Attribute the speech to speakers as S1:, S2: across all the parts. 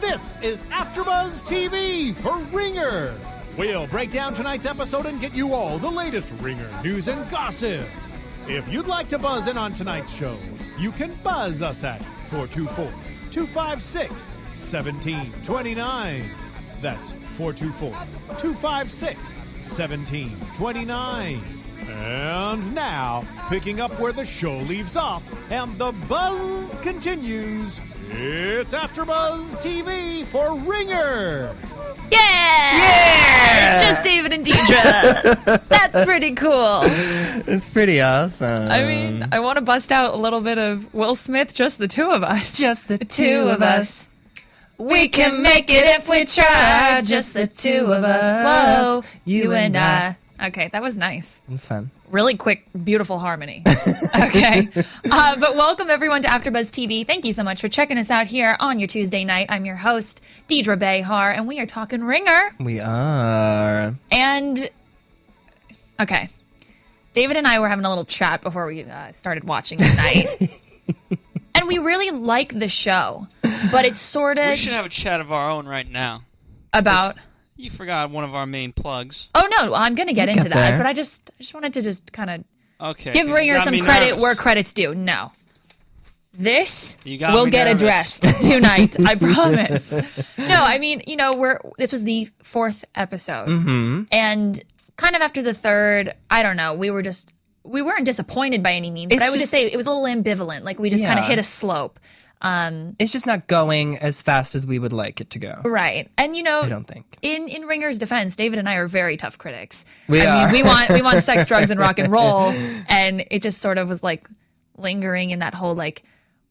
S1: this is AfterBuzz TV for Ringer. We'll break down tonight's episode and get you all the latest Ringer news and gossip. If you'd like to buzz in on tonight's show, you can buzz us at 424 256 1729. That's 424 256 1729. And now, picking up where the show leaves off and the buzz continues, it's AfterBuzz TV for Ringer.
S2: Yeah! It's just David and Deidre. That's pretty cool.
S3: It's pretty awesome.
S2: I mean, I want to bust out a little bit of Will Smith, just the two of us.
S3: just the
S2: We can make it if we try. Just the two of us. Whoa.
S3: You and
S2: Okay, that was nice.
S3: It's fun.
S2: Really quick, beautiful harmony. okay. Uh, but welcome everyone to AfterBuzz TV. Thank you so much for checking us out here on your Tuesday night. I'm your host, Deidre Behar, and we are talking Ringer.
S3: We are.
S2: And okay, David and I were having a little chat before we uh, started watching tonight, and we really like the show, but it's sort
S4: We
S2: of
S4: should have a chat of our own right now.
S2: about.
S4: You forgot one of our main plugs.
S2: Oh no, I'm gonna get
S3: You
S2: into
S3: get
S2: that,
S3: there.
S2: but I just I just wanted to just kind of
S4: Okay.
S2: give
S4: you
S2: Ringer
S4: got
S2: some
S4: me
S2: credit
S4: nervous.
S2: where credit's due. No, this
S4: You got
S2: will
S4: me
S2: get
S4: nervous.
S2: addressed tonight. I promise. No, I mean you know we're this was the fourth episode,
S4: Mm-hmm.
S2: and kind of after the third, I don't know. We were just we weren't disappointed by any means, but
S3: It's
S2: I would just
S3: just-
S2: say it was a little ambivalent. Like we just kind of
S3: Yeah.
S2: hit a slope. Um,
S3: It's just not going as fast as we would like it to go.
S2: right, and you know
S3: I don't think.
S2: in in Ringer's defense, David and I are very tough critics.
S3: We
S2: I
S3: are.
S2: mean, we want we want sex, drugs, and rock and roll, and it just sort of was like lingering in that whole like,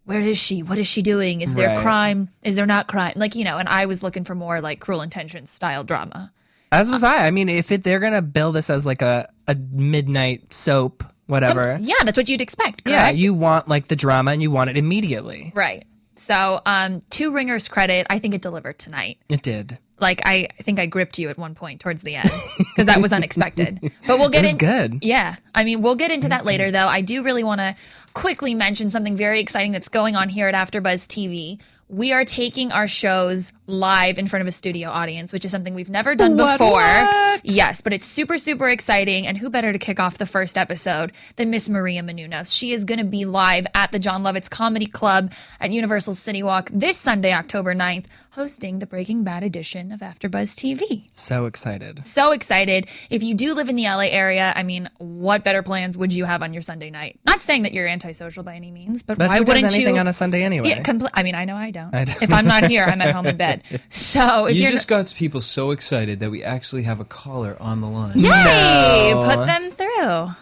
S2: where is she? What is she doing? Is there
S3: Right.
S2: crime? Is there not crime? Like you know, and I was looking for more like Cruel Intentions style drama.
S3: As was I. I mean, if it, they're gonna bill this as like a a midnight soap, whatever.
S2: Yeah, that's what you'd expect.
S3: yeah,
S2: correct?
S3: you want like the drama and you want it immediately.
S2: right. So, um, to Ringer's credit, I think it delivered tonight.
S3: It did.
S2: Like I, I think I gripped you at one point towards the end because that was unexpected. But we'll get
S3: It was
S2: in-
S3: good.
S2: Yeah, I mean we'll get into that later. Though I do really want to quickly mention something very exciting that's going on here at AfterBuzz TV. We are taking our shows live in front of a studio audience, which is something we've never done
S3: What?
S2: before.
S3: What?
S2: Yes, but it's super, super exciting. And who better to kick off the first episode than Miss Maria Menounos? She is going to be live at the John Lovitz Comedy Club at Universal City Walk this Sunday, October 9th, hosting the Breaking Bad edition of AfterBuzz TV.
S3: So excited.
S2: So excited. If you do live in the LA area, I mean, what better plans would you have on your Sunday night? Not saying that you're antisocial by any means, but,
S3: But
S2: why
S3: who does
S2: wouldn't
S3: anything
S2: you?
S3: on a Sunday anyway?
S2: yeah, compl- I mean, I know I don't.
S3: I don't.
S2: If I'm not here, I'm at home in bed. So if
S5: You
S2: you're
S5: just got people so excited that we actually have a caller on the line.
S2: Yay!
S3: No.
S2: Put them through.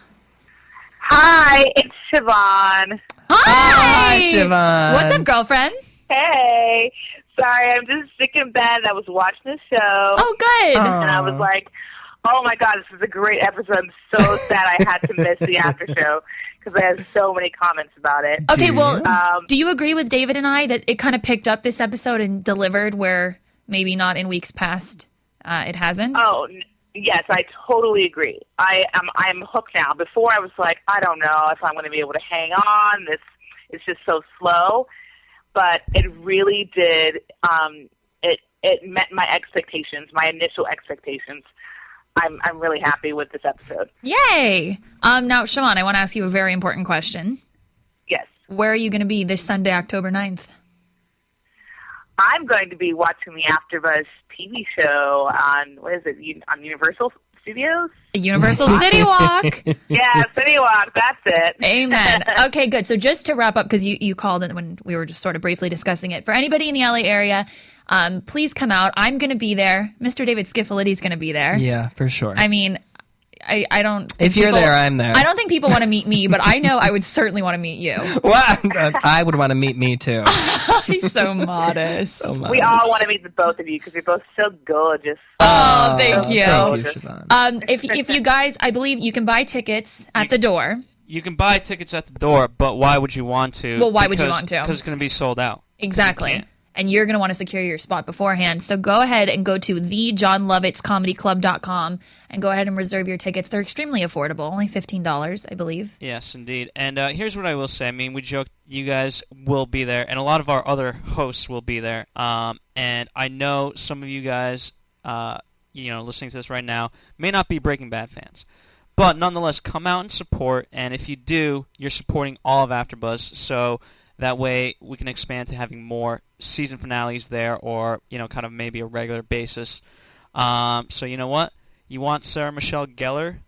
S6: Hi, it's Siobhan.
S2: Hi!
S3: Siobhan.
S2: What's up, girlfriend?
S6: Hey. Sorry, I'm just sick in bed. I was watching the show,
S2: Oh, good.
S6: and I was like, oh my God, this is a great episode. I'm so sad I had to miss the after show because I have so many comments about it.
S2: okay, well,
S6: Um,
S2: do you agree with David and I that it kind of picked up this episode and delivered where maybe not in weeks past uh, it hasn't?
S6: Oh, n- yes, I totally agree. I am I'm hooked now. Before I was like, I don't know if I'm going to be able to hang on. This it's just so slow, but it really did. Um, it it met my expectations, my initial expectations. I'm I'm really happy with this episode.
S2: Yay! Um, now, Siobhan, I want to ask you a very important question.
S6: Yes,
S2: Where are you going to be this Sunday, October 9th?
S6: I'm going to be watching the AfterBuzz TV show on what is it Un- on Universal Studios?
S2: Universal City Walk.
S6: yeah, City Walk. That's it.
S2: Amen. Okay, good. So just to wrap up, because you, you called it when we were just sort of briefly discussing it. For anybody in the LA area, um, please come out. I'm going to be there. Mr. David Skiffolidi's going to be there.
S3: yeah, for sure.
S2: I mean, I, I don't.
S3: If you're there, I'm there.
S2: I don't think people want to meet me, but I know I would certainly want to meet you.
S3: Well, I would want to meet me too. Oh
S2: He's so modest.
S6: We all want to meet the both of you because you're both so gorgeous.
S2: oh, thank you.
S3: Thank you, Uh, Siobhan.
S2: Um, if if you guys, I believe you can buy tickets at the door.
S4: You can buy tickets at the door, but why would you want to?
S2: Well, why would you want to?
S4: Because it's going to be sold out.
S2: Exactly.
S4: Yeah.
S2: And you're going to want to secure your spot beforehand. So go ahead and go to thejohnlovittscomedyclub.com and go ahead and reserve your tickets. They're extremely affordable, only $15, I believe.
S4: Yes, indeed. And uh, here's what I will say. I mean, we joked you guys will be there, and a lot of our other hosts will be there. Um, and I know some of you guys, uh, you know, listening to this right now, may not be Breaking Bad fans, but nonetheless, come out and support. And if you do, you're supporting all of AfterBuzz, so that way we can expand to having more season finales there, or you know, kind of maybe a regular basis. Um, so you know what? You want Sarah Michelle Gellar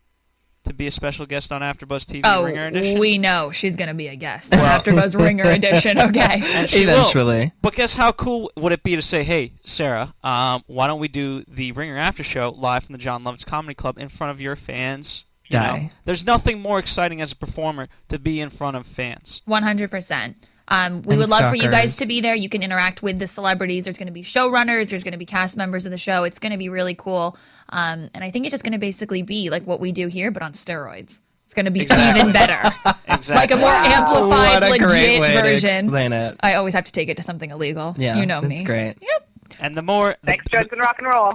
S4: to be a special guest on AfterBuzz TV
S2: Oh,
S4: Ringer Edition?
S2: we know she's going to be a guest. After Buzz Ringer Edition, okay.
S4: And she will.
S3: Eventually.
S4: But guess how cool would it be to say, hey, Sarah, um, why don't we do the Ringer After Show live from the John Lovitz Comedy Club in front of your fans? You
S3: Die.
S4: know? There's nothing more exciting as a performer to be in front of fans.
S2: 100%. Um, we
S3: And
S2: would love for you guys
S3: stalkers.
S2: to be there. You can interact with the celebrities. There's going to be showrunners. There's going to be cast members of the show. It's going to be really cool. Um, and I think it's just going to basically be like what we do here, but on steroids. It's going to be
S4: Exactly.
S2: even better.
S4: Exactly.
S2: Uh, Like a more amplified,
S3: what a
S2: legit
S3: great way to
S2: version.
S3: explain it.
S2: I always have to take it to something illegal.
S3: Yeah,
S2: you know me.
S3: that's great.
S2: Yep.
S4: and the more, the,
S6: Sex, drugs, and rock and roll.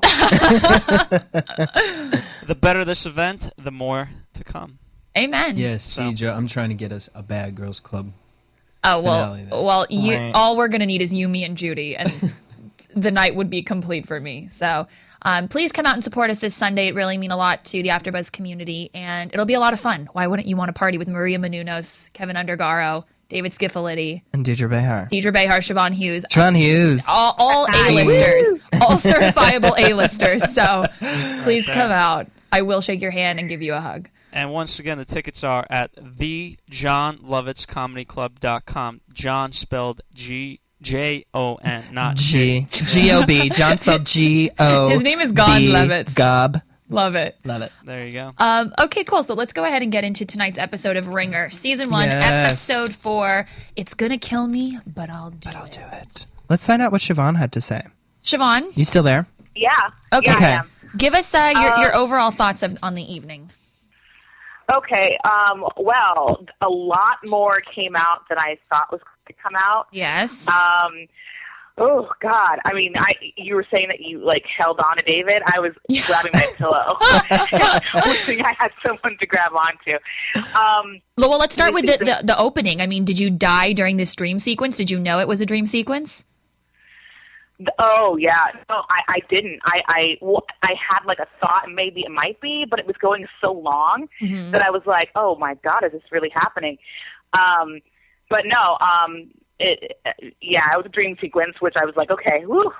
S4: the better this event, the more to come.
S2: Amen.
S5: Yes, DJ, I'm trying to get us a Bad Girls Club.
S2: Oh well.
S5: finale then.
S2: Well, you,
S3: Right.
S2: all we're gonna need is you, me, and Judy, and the night would be complete for me. So, um, please come out and support us this Sunday. It really mean a lot to the AfterBuzz community, and it'll be a lot of fun. Why wouldn't you want to party with Maria Menounos, Kevin Undergaro, David Scifolitti,
S3: And Deidre Behar.
S2: Deidre Behar, Siobhan Hughes,
S3: John Hughes.
S2: all, all A-listers, all certifiable A-listers. So, please come out. I will shake your hand and give you a hug.
S4: And once again, the tickets are at thejohnlovitzcomedyclub.com. John spelled G J O N, not
S3: G G O B. John spelled G O.
S2: His name is Gon
S3: B.
S2: Levitz.
S3: Gob.
S2: Love it.
S3: Love it.
S4: There you go.
S2: Um, okay, cool. So let's go ahead and get into tonight's episode of Ringer, season one,
S3: Yes.
S2: episode four. It's gonna kill me, but I'll do it.
S3: Let's find out what Siobhan had to say.
S2: Siobhan,
S3: You still there?
S6: Yeah.
S2: Okay.
S6: Yeah, I
S3: Okay.
S6: am.
S2: give us uh, your, your overall thoughts of, on the evening.
S6: Okay. Um, well, a lot more came out than I thought was going to come out.
S2: Yes.
S6: Um, oh God! I mean, I you were saying that you like held on to David. I was grabbing my pillow, wishing I had someone to grab onto. Um,
S2: Well, well, let's start with the, the, the opening. I mean, did you die during this dream sequence? Did you know it was a dream sequence?
S6: th- oh yeah, no, I, I didn't. I I w- I had like a thought, maybe it might be, but it was going so long
S2: Mm-hmm.
S6: that I was like, oh my God, is this really happening? Um, but no, um, it, yeah, it was a dream sequence, which I was like, okay, whew.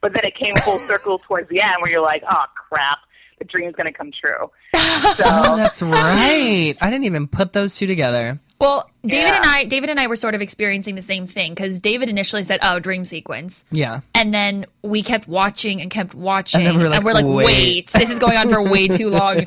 S6: But then it came full circle towards the end, where you're like, oh crap, the dream's gonna come true.
S3: Oh, that's right. I didn't even put those two together.
S2: Well, David
S6: Yeah.
S2: and I, David and I were sort of experiencing the same thing because David initially said, "Oh, dream sequence,"
S3: Yeah.
S2: and then we kept watching and kept watching
S3: And then we were like,
S2: wait.
S3: "Wait."
S2: this is going on for way too long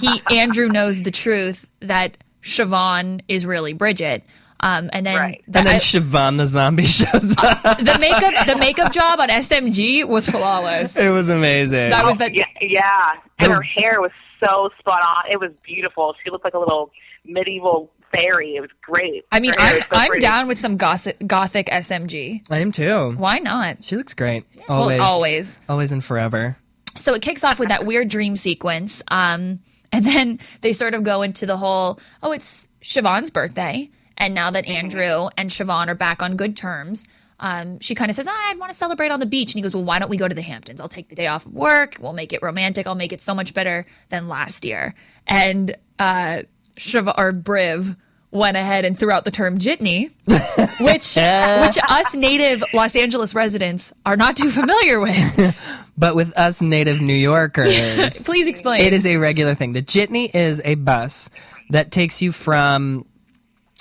S2: he andrew knows the truth that siobhan is really bridget um, and then,
S6: Right.
S2: the,
S3: and then
S2: I-
S3: Siobhan the zombie shows up.
S2: the makeup the makeup job on smg was flawless
S3: it was amazing.
S2: that was the
S6: Yeah, yeah. And her hair was so spot on. It was beautiful. She looked like a little medieval fairy. It was great.
S2: i mean
S6: Her hair
S2: i'm,
S6: was so
S2: I'm
S6: pretty.
S2: down with some gossip, gothic smg
S3: I am too.
S2: why not
S3: She looks great.
S2: Well,
S3: Always.
S2: always
S3: Always and forever.
S2: so it kicks off with that weird dream sequence. Um, and then they sort of go into the whole, oh, it's Siobhan's birthday. And now that Andrew and Siobhan are back on good terms, um, she kind of says, "Ah, I'd want to celebrate on the beach. And he goes, Well, why don't we go to the Hamptons? I'll take the day off of work. We'll make it romantic. I'll make it so much better than last year. And uh, Siobhan or Briv went ahead and threw out the term jitney, which, which us native Los Angeles residents are not too familiar with.
S3: But with us native New Yorkers,
S2: Please explain.
S3: It is a regular thing. The jitney is a bus that takes you from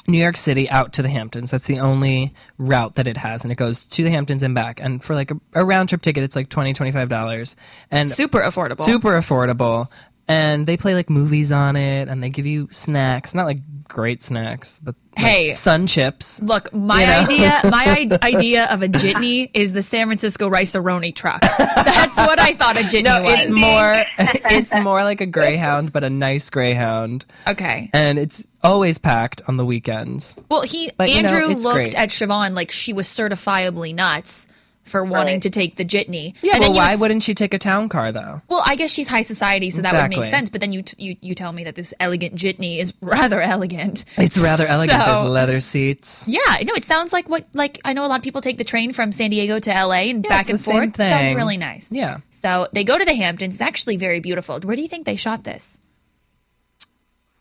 S3: New York City out to the Hamptons. That's the only route that it has, and it goes to the Hamptons and back. And for like a, a round trip ticket, it's like twenty twenty five dollars, and
S2: super affordable.
S3: super affordable. and they play like movies on it, and they give you snacks, not like great snacks, but like,
S2: Hey.
S3: sun chips.
S2: Look, my
S3: You know?
S2: idea, my I- idea of a jitney is the San Francisco rice aroni truck. That's what I thought a jitney
S3: No,
S2: was.
S3: it's more, it's more like a greyhound, but a nice greyhound,
S2: okay.
S3: and it's always packed on the weekends.
S2: Well, he
S3: But, you know,
S2: Andrew
S3: it's
S2: looked
S3: great.
S2: at Siobhan like she was certifiably nuts for wanting
S6: Right.
S2: to take the jitney.
S3: Yeah,
S2: and
S3: well,
S2: then you
S3: why
S2: ex-
S3: wouldn't she take a town car though?
S2: Well, I guess she's high society, so that would make
S3: Exactly.
S2: sense. But then you t- you you tell me that this elegant jitney is rather elegant.
S3: It's rather elegant.
S2: So-
S3: There's leather seats.
S2: Yeah, no, it sounds like what like I know a lot of people take the train from San Diego to LA and back
S3: it's
S2: and
S3: the
S2: forth.
S3: same
S2: Sounds
S3: thing.
S2: really nice.
S3: Yeah.
S2: So they go to the Hamptons. It's actually very beautiful. Where do you think they shot this?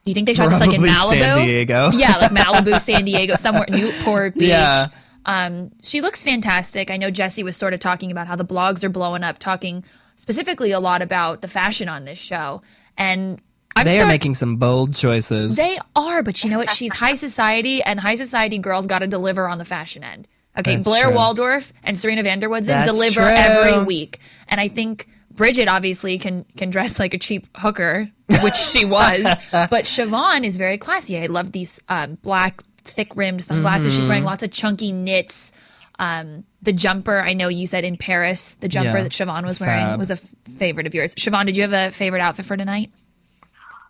S2: Do you think they shot this like in
S3: Probably
S2: Malibu?
S3: San Diego.
S2: yeah, like Malibu, San Diego, somewhere Newport Beach.
S3: Yeah.
S2: Um, she looks fantastic. I know Jesse was sort of talking about how the blogs are blowing up, talking specifically a lot about the fashion on this show. And I'm
S3: They are
S2: sort-
S3: making some bold choices.
S2: they are, but you know what? She's high society, and high society girls got to deliver on the fashion end. Okay,
S3: That's
S2: Blair
S3: true.
S2: Waldorf and Serena van der Woodsen
S3: That's
S2: deliver
S3: true.
S2: every week, and I think Bridget obviously can can dress like a cheap hooker, which she was, but Siobhan is very classy. I love these um, black thick rimmed sunglasses. She's
S3: Mm-hmm.
S2: wearing lots of chunky knits. Um, the jumper, I know you said in Paris, the jumper
S3: Yeah.
S2: that Siobhan was wearing
S3: Fab.
S2: was a f- favorite of yours. Siobhan, did you have a favorite outfit for tonight?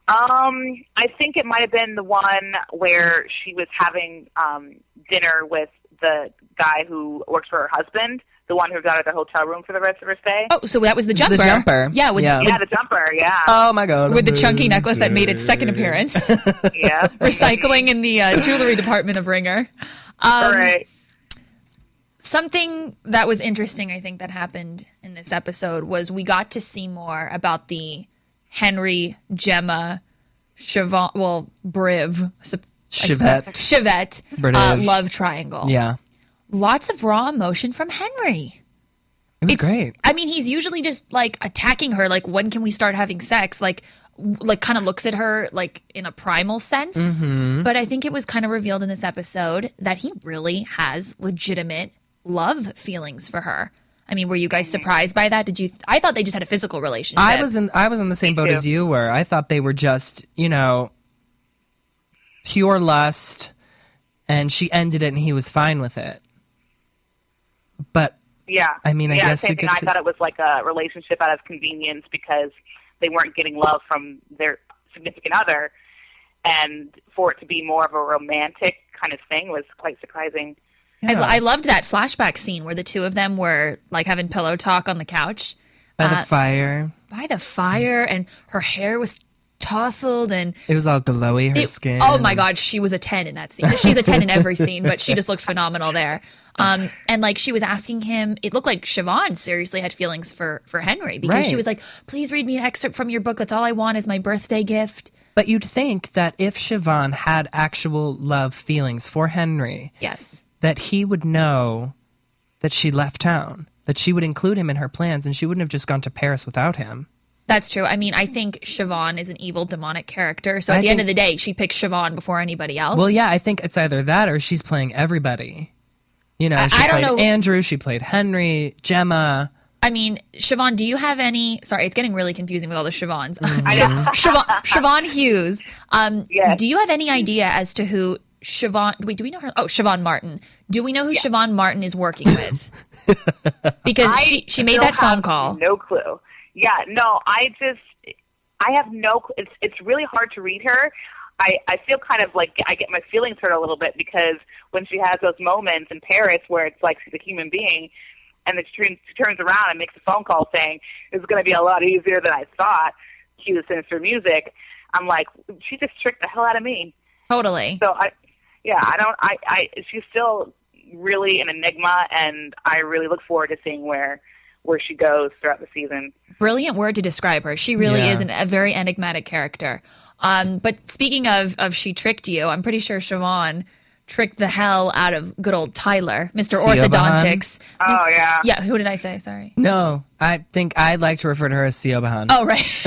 S6: Um, I think it might have been the one where she was having um, dinner with the guy who works for her husband, the one who got her the hotel room for the rest of her stay.
S2: Oh, so that was the jumper.
S3: The jumper.
S2: Yeah, with,
S3: Yeah.
S6: yeah, the jumper. Yeah,
S3: Oh my god!
S2: with the chunky necklace that made its second appearance.
S6: yeah.
S2: Recycling in the uh, jewelry department of Ringer.
S6: All right.
S2: Something that was interesting, I think, that happened in this episode was we got to see more about the Henry, Gemma, Siobhan, well, Briv, sup- I suppose-
S3: Chivette.
S2: Chivette, uh,
S3: British.
S2: love triangle.
S3: Yeah,
S2: Lots of raw emotion from Henry.
S3: it was
S2: It's-
S3: great.
S2: I mean, he's usually just like attacking her, like when can we start having sex? Like, w- like kind of looks at her like in a primal sense.
S3: Mm-hmm.
S2: But I think it was kind of revealed in this episode that he really has legitimate love feelings for her. I mean, were you guys surprised by that? Did you? I thought they just had a physical relationship.
S3: I was in I was in the same boat
S6: too.
S3: as you were. I thought they were just, you know, pure lust and she ended it and he was fine with it. But
S6: Yeah.
S3: I mean, I
S6: yeah,
S3: guess
S6: same
S3: we
S6: thing.
S3: could
S6: I
S3: just-
S6: thought it was like a relationship out of convenience because they weren't getting love from their significant other, and for it to be more of a romantic kind of thing was quite surprising.
S2: I, I loved that flashback scene where the two of them were like having pillow talk on the couch.
S3: by
S2: Uh,
S3: the fire,
S2: by the fire, and her hair was tousled, and
S3: it was all glowy her
S2: It-
S3: skin.
S2: Oh my god, she was a ten in that scene. She's a ten in every scene, but she just looked phenomenal there. Um, and like she was asking him, it looked like Siobhan seriously had feelings for for Henry because she
S3: Right.
S2: was like, "Please read me an excerpt from your book. That's all I want is my birthday gift."
S3: But you'd think that if Siobhan had actual love feelings for Henry,
S2: Yes,
S3: that he would know that she left town, that she would include him in her plans and she wouldn't have just gone to Paris without him.
S2: that's true. I mean, I think Siobhan is an evil, demonic character. So at
S3: I
S2: the end of
S3: think-
S2: the day, she picks Siobhan before anybody else.
S3: Well, yeah, I think it's either that or she's playing everybody. You know,
S2: I-
S3: she
S2: I don't
S3: played
S2: know-
S3: Andrew, she played Henry, Gemma.
S2: I mean, Siobhan, do you have any? Sorry, it's getting really confusing with all the Siobhans.
S6: I know.
S2: Siobhan, Siobhan Hughes. Um,
S6: Yes.
S2: Do you have any idea as to who Siobhan? Wait, do we know her? Oh, Siobhan Martin. Do we know who Siobhan Martin is working with? because she, she made
S6: still
S2: that phone
S6: have
S2: call.
S6: No clue. Yeah, no, I just, I have no. cl- It's it's really hard to read her. I I feel kind of like I get my feelings hurt a little bit because when she has those moments in Paris where it's like she's a human being, and then she turns, she turns around and makes a phone call saying it's going to be a lot easier than I thought. Cue the sinister music. I'm like, she just tricked the hell out of me.
S2: Totally.
S6: So I, yeah, I don't. I, I she's still really an enigma, and I really look forward to seeing where where she goes throughout the season.
S2: Brilliant word to describe her. She really
S3: Yeah.
S2: is an, a very enigmatic character. Um, but speaking of of she tricked you, I'm pretty sure Siobhan tricked the hell out of good old Tyler, Mr.
S3: Siobhan.
S2: Orthodontics.
S6: Oh,
S2: Miss-
S6: yeah.
S2: Yeah, who did I say? Sorry.
S3: No, I think I'd like to refer to her as Siobhan.
S2: Oh right.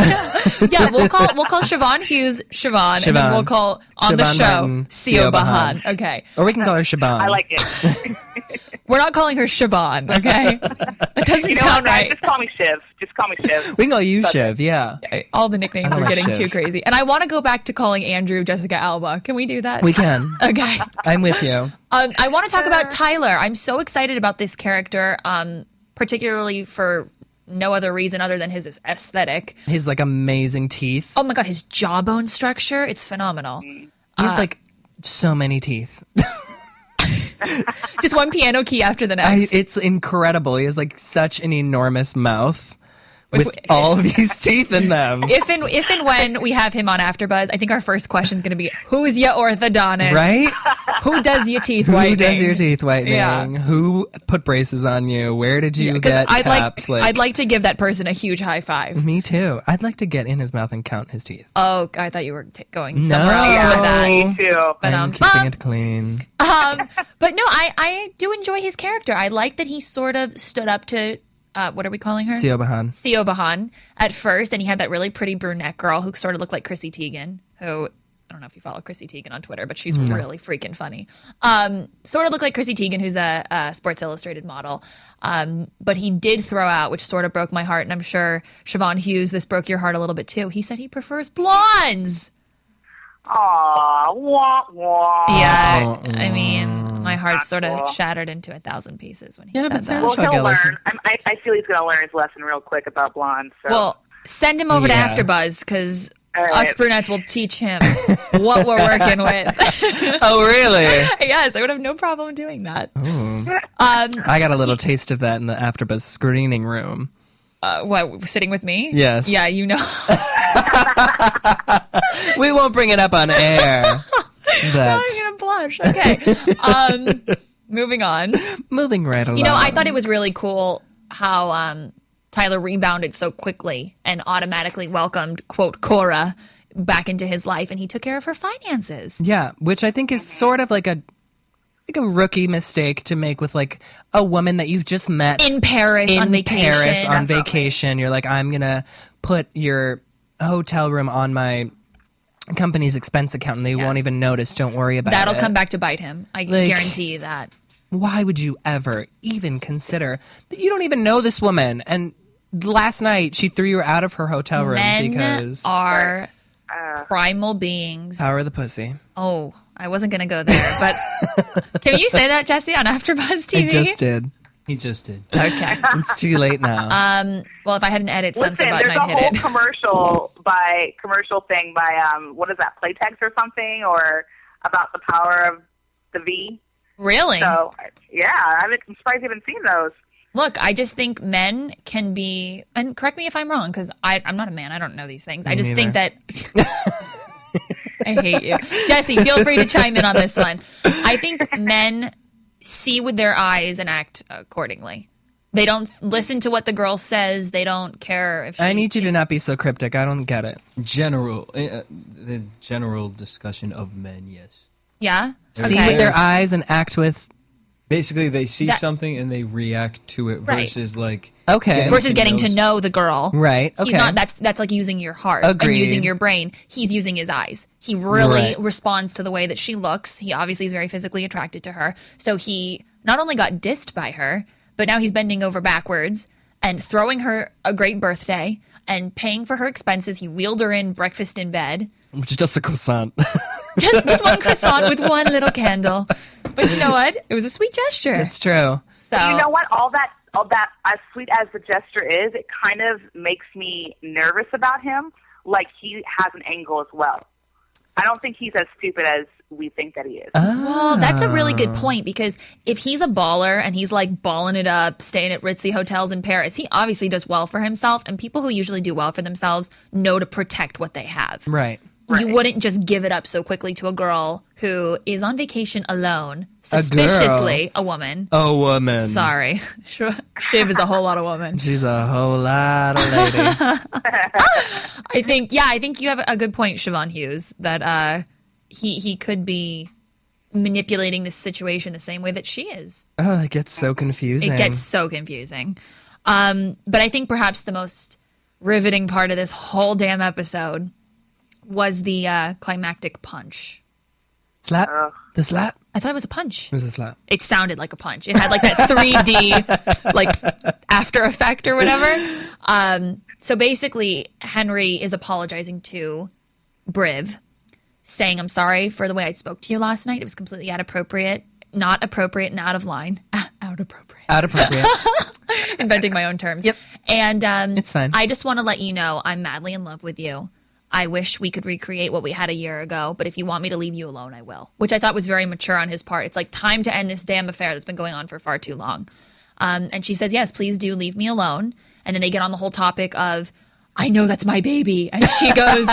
S2: yeah, we'll call we'll call Siobhan Hughes Siobhan, and then
S3: Siobhan.
S2: we'll call on the
S3: Siobhan
S2: show
S3: Martin,
S2: Siobhan.
S3: Siobhan.
S2: Okay.
S3: Or we can call her Siobhan.
S6: I like it.
S2: We're not calling her Siobhan, okay? That doesn't doesn't
S6: you know
S2: sound
S6: what, guys?
S2: right.
S6: Just call me Shiv. Just call me Shiv.
S3: We can call you Shiv, yeah.
S2: All the nicknames
S3: I
S2: are
S3: like
S2: getting
S3: Shiv.
S2: too crazy. And I want to go back to calling Andrew Jessica Alba. Can we do that?
S3: We can.
S2: Okay.
S3: I'm with you.
S2: Um, I want to talk about Tyler. I'm so excited about this character, um, particularly for no other reason other than his aesthetic.
S3: His like amazing teeth.
S2: Oh my God, his jawbone structure. It's phenomenal.
S3: He's
S2: Uh,
S3: like so many teeth.
S2: Just one piano key after the
S3: I,
S2: next.
S3: it's incredible. He has like such an enormous mouth with
S2: if-
S3: all these teeth in them.
S2: if and if and when we have him on AfterBuzz, I think our first question is going to be, "Who is your orthodontist?
S3: Right?
S2: Who does your teeth
S3: Who
S2: whitening?
S3: does your teeth whitening?
S2: Yeah.
S3: Who put braces on you? Where did you
S2: Because
S3: get
S2: I'd
S3: caps?
S2: like, I'd like to give that person a huge high five.
S3: me too. I'd like to get in his mouth and count his teeth.
S2: Oh, I thought you were t- going
S3: No.
S2: somewhere else
S3: Yeah.
S2: with that.
S6: Me too.
S2: But
S3: I'm
S2: um,
S3: keeping
S2: um,
S3: it clean.
S2: um, but no, I, I do enjoy his character. I like that he sort of stood up to uh, what are we calling her?
S3: Tio Bahan.
S2: Theo Bahan at first, and he had that really pretty brunette girl who sort of looked like Chrissy Teigen, who I don't know if you follow Chrissy Teigen on Twitter, but she's really freaking funny. Um, sort of looked like Chrissy Teigen, who's a, a Sports Illustrated model. Um, but he did throw out, which sort of broke my heart, and I'm sure Siobhan Hughes, this broke your heart a little bit too. He said he prefers blondes.
S6: Aw, wah, wah.
S2: Yeah, I mean, my heart sort of
S6: Cool.
S2: shattered into a thousand pieces when he
S3: Yeah,
S2: said
S3: but
S2: that.
S3: Sarah
S6: Well,
S3: Michelle
S6: he'll
S3: Gellar.
S6: learn. I'm, I, I feel he's going to learn his lesson real quick about blondes. So.
S2: Well, send him over
S3: Yeah.
S2: to AfterBuzz because
S6: All right.
S2: us brunettes will teach him what we're working with.
S3: Oh, really?
S2: yes, I would have no problem doing that. Um,
S3: I got a little taste of that in the AfterBuzz screening room.
S2: uh, what sitting with me?
S3: Yes.
S2: Yeah, you know.
S3: We won't bring it up on air. But
S2: I'm gonna blush. Okay. Um, moving on.
S3: moving right along.
S2: You know, I thought it was really cool how um, Tyler rebounded so quickly and automatically welcomed quote Cora back into his life, and he took care of her finances.
S3: Yeah, which I think is sort of like a like a rookie mistake to make with like a woman that you've just met
S2: In Paris
S3: in
S2: on vacation.
S3: Paris on vacation. You're like, I'm gonna put your hotel room on my company's expense account, and they won't even notice. Don't worry about it.
S2: That'll come back to bite him. I
S3: Like-
S2: guarantee you that.
S3: Why would you ever even consider that you don't even know this woman? And last night she threw you out of her hotel room
S2: Men
S3: because
S2: are
S6: Uh,
S2: primal beings.
S3: power of the pussy.
S2: Oh, I wasn't going to go there, but can you say that, Jesse, on AfterBuzz
S3: I
S2: TV?
S3: just did.
S5: He just did.
S3: Okay, it's too late
S2: Uh,
S3: now.
S2: Mm, well, if I had an edit
S6: Listen,
S2: sensor button,
S6: there's a
S2: I'd
S6: whole
S2: hit it.
S6: commercial by commercial thing by um, what is that, Playtex or something, or about the power of the V.
S2: Really?
S6: So yeah, I'm I'm surprised you haven't seen those.
S2: Look, I just think men can be, and correct me if I'm wrong, because I'm not a man. I don't know these things. I just think that. I hate you. Jesse, feel free to chime in on this one. I think men see with their eyes and act accordingly. They don't listen to what the girl says. They don't care if she
S3: I need you to
S2: is-
S3: not be so cryptic. I don't get it.
S5: General, uh, the general discussion of men. Yes.
S2: Yeah.
S3: See with their eyes and act with.
S5: Basically, they see
S2: That-
S5: something and they react to it
S2: Right.
S5: versus like
S3: Okay.
S2: versus getting to
S5: knows-
S2: know the girl.
S3: Right, okay.
S2: He's not that's that's like using your heart and
S3: Agreed.
S2: using your brain. He's using his eyes. He really
S3: Right.
S2: responds to the way that she looks. He obviously is very physically attracted to her. So he not only got dissed by her, but now he's bending over backwards and throwing her a great birthday and paying for her expenses. He wheeled her in breakfast in bed.
S3: Just a croissant.
S2: Just just one croissant with one little candle. But you know what? It was a sweet gesture.
S3: it's true.
S2: So
S6: You know what? All that, all that, as sweet as the gesture is, it kind of makes me nervous about him. Like he has an angle as well. I don't think he's as stupid as we think that he is.
S2: Well, Oh, that's a really good point because if he's a baller and he's like balling it up, staying at ritzy hotels in Paris, he obviously does well for himself. And people who usually do well for themselves know to protect what they have.
S3: Right.
S2: You wouldn't just give it up so quickly to a girl who is on vacation alone, suspiciously a, woman.
S3: A woman.
S2: Sorry, Shiv is a whole lot of woman.
S3: She's a whole lot of lady.
S2: I think, yeah, I think you have a good point, Siobhan Hughes, that uh, he he could be manipulating this situation the same way that she is.
S3: oh, it gets so confusing.
S2: It gets so confusing. Um, but I think perhaps the most riveting part of this whole damn episode was the uh, climactic punch.
S3: Slap. The slap.
S2: I thought it was a punch.
S3: It was a slap.
S2: It sounded like a punch. It had like that 3D like after effect or whatever. Um, so basically, Henry is apologizing to Briv, saying, "I'm sorry for the way I spoke to you last night. It was completely inappropriate, not appropriate, and out of line, out appropriate."
S3: Out appropriate.
S2: inventing my own terms. Yep. And um,
S3: It's fine.
S2: I just want to let you know I'm madly in love with you. I wish we could recreate what we had a year ago, but if you want me to leave you alone, I will. Which I thought was very mature on his part. It's like time to end this damn affair that's been going on for far too long. Um, and she says, "Yes, please do leave me alone." And then they get on the whole topic of. I know that's my baby. And she goes,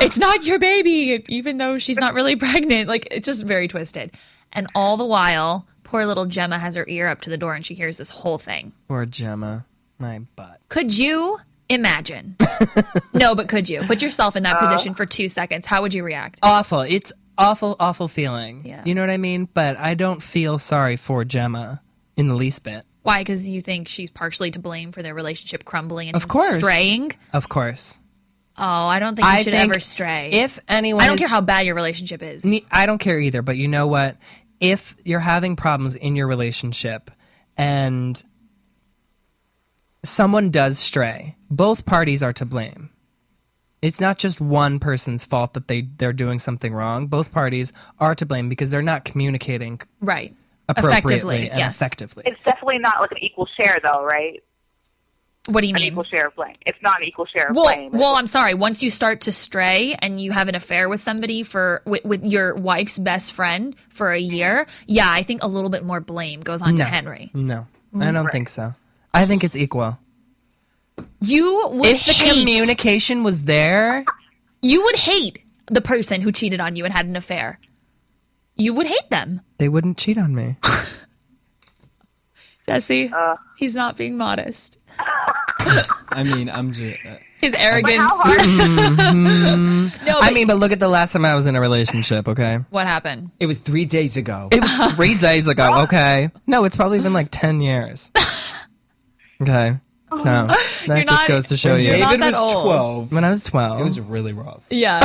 S2: It's not your baby, even though she's not really pregnant. Like, it's just very twisted. And all the while, poor little Gemma has her ear up to the door and she hears this whole thing.
S3: Poor Gemma. My butt.
S2: Could you imagine? no, but could you put yourself in that
S3: Uh,
S2: position for two seconds? How would you react?
S3: Awful. It's awful, awful feeling.
S2: Yeah.
S3: You know what I mean? But I don't feel sorry for Gemma in the least bit.
S2: Why? Because you think she's partially to blame for their relationship crumbling and
S3: Of course.
S2: straying.
S3: Of course.
S2: Oh, I don't think you
S3: I
S2: should
S3: think
S2: ever stray.
S3: If anyone
S2: I don't
S3: is-
S2: care how bad your relationship is.
S3: Ne- I don't care either, but you know what? If you're having problems in your relationship and someone does stray, both parties are to blame. It's not just one person's fault that they, they're doing something wrong. Both parties are to blame because they're not communicating
S2: right.
S3: appropriately
S2: Effectively,
S3: and
S2: yes.
S3: effectively.
S6: It's definitely not like an equal share, though, right?
S2: What do you
S6: An
S2: mean?
S6: equal share of blame. It's not an equal share of
S2: Well,
S6: blame.
S2: well, I'm sorry. Once you start to stray and you have an affair with somebody for with, with your wife's best friend for a year, yeah, I think a little bit more blame goes on to Henry.
S3: No, I don't think so. I think it's equal.
S2: You would
S3: If the
S2: hate-
S3: communication was there,
S2: you would hate the person who cheated on you and had an affair. You would hate them.
S3: they wouldn't cheat on me.
S2: Jesse,
S3: Uh.
S2: he's not being modest.
S5: I mean, I'm uh, just.
S2: His arrogance.
S6: how hard?
S2: No,
S3: I mean, but look at the last time I was in a relationship, okay?
S2: what happened?
S5: It was three days ago.
S3: It was three days ago. Okay. No, it's probably been like ten years. Okay. So that just
S2: not-
S3: goes to show
S2: Oh, you're
S3: you.
S2: not
S5: David
S2: that
S5: was
S2: old.
S5: 12.
S3: When I was twelve,
S5: It was really rough.
S2: Yeah.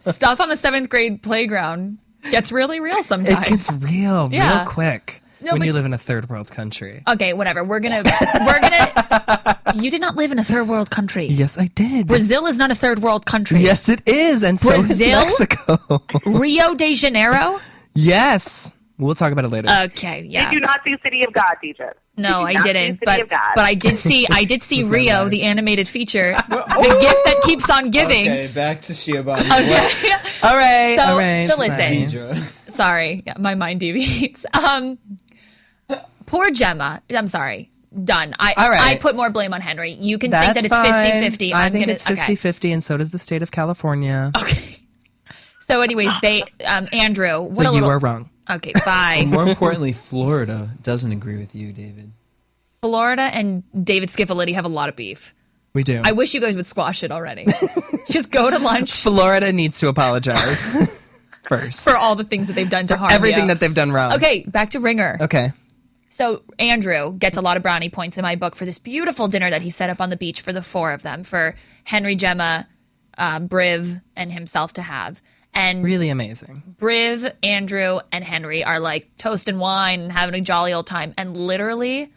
S2: Stuff on the seventh grade playground gets really real
S3: it
S2: sometimes.
S3: gets real,
S2: Yeah.
S3: real quick
S2: No,
S3: when
S2: but-
S3: you live in a third world country.
S2: okay, whatever. We're gonna we're gonna You did not live in a third world country.
S3: yes, I did.
S2: Brazil is not a third world country.
S3: yes, it is, and so is
S2: Brazil?
S3: Mexico.
S2: Rio de Janeiro?
S3: yes, we'll talk about it later.
S2: Okay, yeah.
S6: Did you not see City of God, DJ?
S2: No,
S6: Did
S2: I
S6: you not see
S2: didn't.
S6: City
S2: But
S6: of God?
S2: but I did see I did see
S3: my
S2: Rio,
S3: life.
S2: the animated feature, the gift
S3: oh!
S2: that keeps on giving.
S5: Okay, back to Shiobani.
S3: all right,
S2: so-
S3: all right.
S2: so listen.
S3: fine.
S2: Sorry, yeah, my mind deviates. Um, poor Gemma. I'm sorry. Done. I
S3: All right.
S2: I put more blame on Henry. You can
S3: That's
S2: think
S3: fine.
S2: that it's 50 50.
S3: I
S2: I'm
S3: think
S2: gonna,
S3: it's 50
S2: okay.
S3: 50, and so does the state of California.
S2: okay. So, anyways, they um Andrew, what
S3: but
S2: a
S3: you
S2: little
S3: are wrong.
S2: okay. Bye.
S5: More importantly, Florida doesn't agree with you, David.
S2: Florida and David Skiffalitti have a lot of beef.
S3: We do.
S2: I wish you guys would squash it already. Just go to lunch
S3: Florida needs to apologize first.
S2: for all the things that they've done to harm
S3: everything
S2: you.
S3: that they've done wrong.
S2: Okay, back to Ringer.
S3: Okay.
S2: So Andrew gets a lot of brownie points in my book for this beautiful dinner that he set up on the beach for the four of them, for Henry, Gemma, uh, Briv, and himself to have. And
S3: Really amazing.
S2: Briv, Andrew, and Henry are like toast and wine and having a jolly old time. And literally,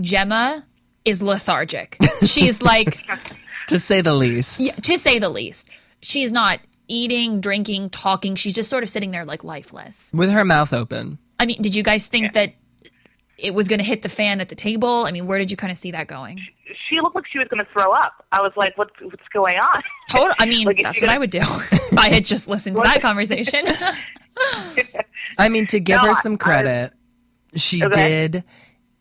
S2: Gemma is lethargic. She's like,
S3: To say the least.
S2: to say the least, she's not eating, drinking, talking. She's just sort of sitting there like lifeless.
S3: With her mouth open.
S2: I mean, did you guys think that it was going to hit the fan at the table? I mean, where did you kind of see that going?
S6: she looked like she was going to throw up. I was like, what's, what's going on?
S2: Total. I mean,
S6: Like, if
S2: that's
S6: you're
S2: what I
S6: gonna-
S2: would do if I had just listened to that conversation.
S3: I mean, to give
S6: No,
S3: her
S6: I-
S3: some
S6: I-
S3: credit, she
S6: Okay.
S3: did,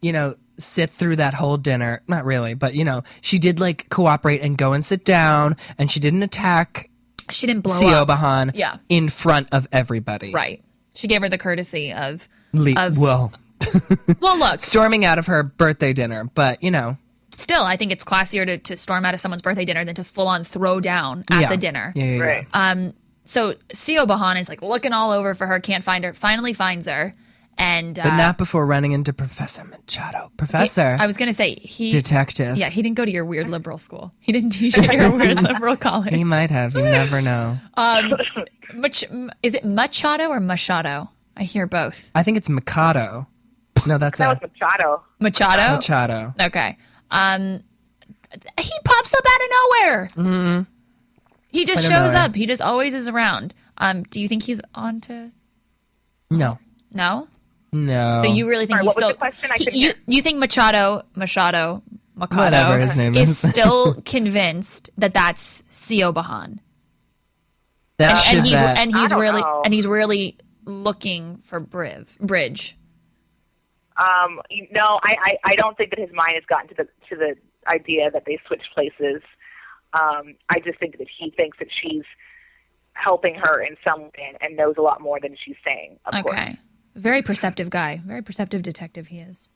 S3: you know, sit through that whole dinner. Not really, but, you know, she did like cooperate and go and sit down, and she didn't attack
S2: she didn't blow
S3: Sio
S2: up.
S3: Bahan
S2: Yeah.
S3: in front of everybody.
S2: Right. She gave her the courtesy of.
S3: Le-
S2: Of-
S3: well,
S2: Well, look.
S3: storming out of her birthday dinner, but, you know.
S2: Still, I think it's classier to, to storm out of someone's birthday dinner than to full on throw down at
S3: yeah.
S2: the dinner.
S3: Yeah, yeah, yeah.
S6: Right.
S2: Uh, So Sio Bahan is like looking all over for her, can't find her. Finally finds her, and uh,
S3: But not before running into Professor Machado. Professor.
S2: I was gonna say he.
S3: detective.
S2: yeah, he didn't go to your weird liberal school. He didn't teach at your weird liberal college.
S3: He might have. You never know.
S2: Much, m- is it Machado or Machado? I hear both.
S3: I think it's Mikado. No, that's
S6: That was
S3: a
S6: Machado.
S2: Machado.
S3: Machado.
S2: Okay. Um, he pops up out of nowhere. He just
S3: Mm-hmm. Out of
S2: shows
S3: nowhere.
S2: up. He just always is around. Um, do you think he's on to
S3: No,
S2: no?
S3: no.
S2: So you really think
S6: Sorry,
S2: he's
S6: what was
S2: still?
S6: the question? I
S2: he-
S6: couldn't
S2: you
S6: hear.
S2: you think Machado Machado Machado
S3: Whatever his name
S2: is
S3: is.
S2: still convinced that that's Sio Bahan,
S3: that
S2: and,
S3: shit
S2: and he's
S3: that-
S2: and
S6: I
S2: he's
S6: don't
S2: really
S6: know.
S2: and he's really looking for Briv Bridge.
S6: Um, you- no, I, I, I don't think that his mind has gotten to the to the idea that they switched places. Um, I just think that he thinks that she's helping her in some way and, and knows a lot more than she's saying. Of course.
S2: Okay, very perceptive guy, very perceptive detective he is.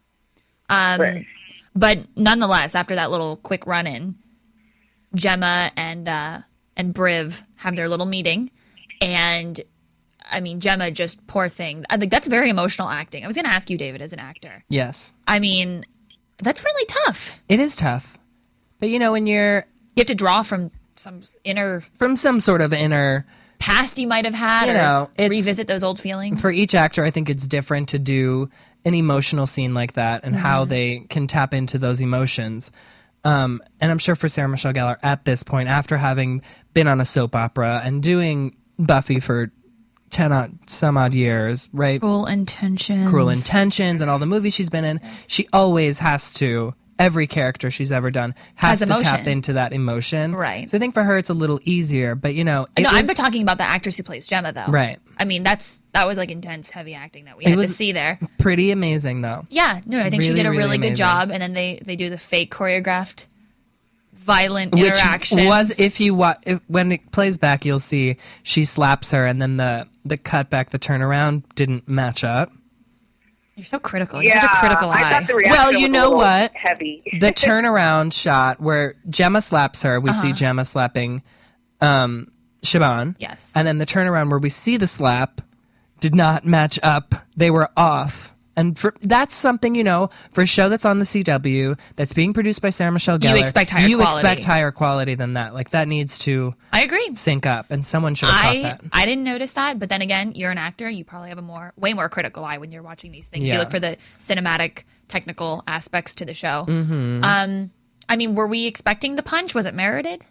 S2: Um,
S6: Right.
S2: but nonetheless, after that little quick run in, Gemma and uh, and Briv have their little meeting, and I mean Gemma just poor thing. I think that's very emotional acting. I was going to ask you, David, as an actor.
S3: yes,
S2: I mean, that's really tough.
S3: it is tough. But you know, when you're
S2: You have to draw from some inner
S3: from some sort of inner
S2: past you might have had,
S3: You
S2: or
S3: know, it's-
S2: revisit those old feelings.
S3: for e- each actor, I think it's different to do an emotional scene like that and how
S2: Mm-hmm.
S3: they can tap into those emotions. Um, and I'm sure for Sarah Michelle Gellar at this point, after having been on a soap opera and doing Buffy for ten odd, some odd years, right?
S2: cruel intentions.
S3: Cruel Intentions and all the movies she's been in, she always has to. Every character she's ever done has,
S2: Has
S3: to tap
S2: emotion.
S3: into that emotion,
S2: Right.
S3: So I think for her it's a little easier, but you know, it
S2: No,
S3: is-
S2: I'm talking about the actress who plays Gemma, though.
S3: Right.
S2: I mean, that's that was like intense, heavy acting that we had to
S3: was-
S2: see there.
S3: pretty amazing though.
S2: Yeah, no, I think she
S3: Really,
S2: did a
S3: really
S2: really, good
S3: amazing.
S2: job, and then they they do the fake choreographed, violent
S3: Which
S2: interaction.
S3: was if you wa- if, when it plays back, you'll see she slaps her, and then the the cut back, the turnaround didn't match up.
S2: you're so critical. You're
S6: Yeah,
S2: such a critical
S6: I
S2: eye.
S6: thought the reaction
S3: Well, you
S6: was a
S3: know
S6: little
S3: what?
S6: Heavy.
S3: The turnaround shot where Gemma slaps her, we
S2: Uh-huh.
S3: see Gemma slapping um, Shaban.
S2: Yes.
S3: and then the turnaround where we see the slap did not match up; they were off. And for, that's something you know for a show that's on the CW that's being produced by Sarah Michelle Gellar.
S2: expect higher
S3: you
S2: quality.
S3: expect higher quality than that. Like that needs to
S2: I agree.
S3: sync up, and someone should have
S2: I
S3: caught that.
S2: I didn't notice that, but then again, you're an actor. You probably have a more way more critical eye when you're watching these things.
S3: Yeah.
S2: You look for the cinematic, technical aspects to the show.
S3: Mm-hmm.
S2: Um, I mean, were we expecting the punch? Was it merited?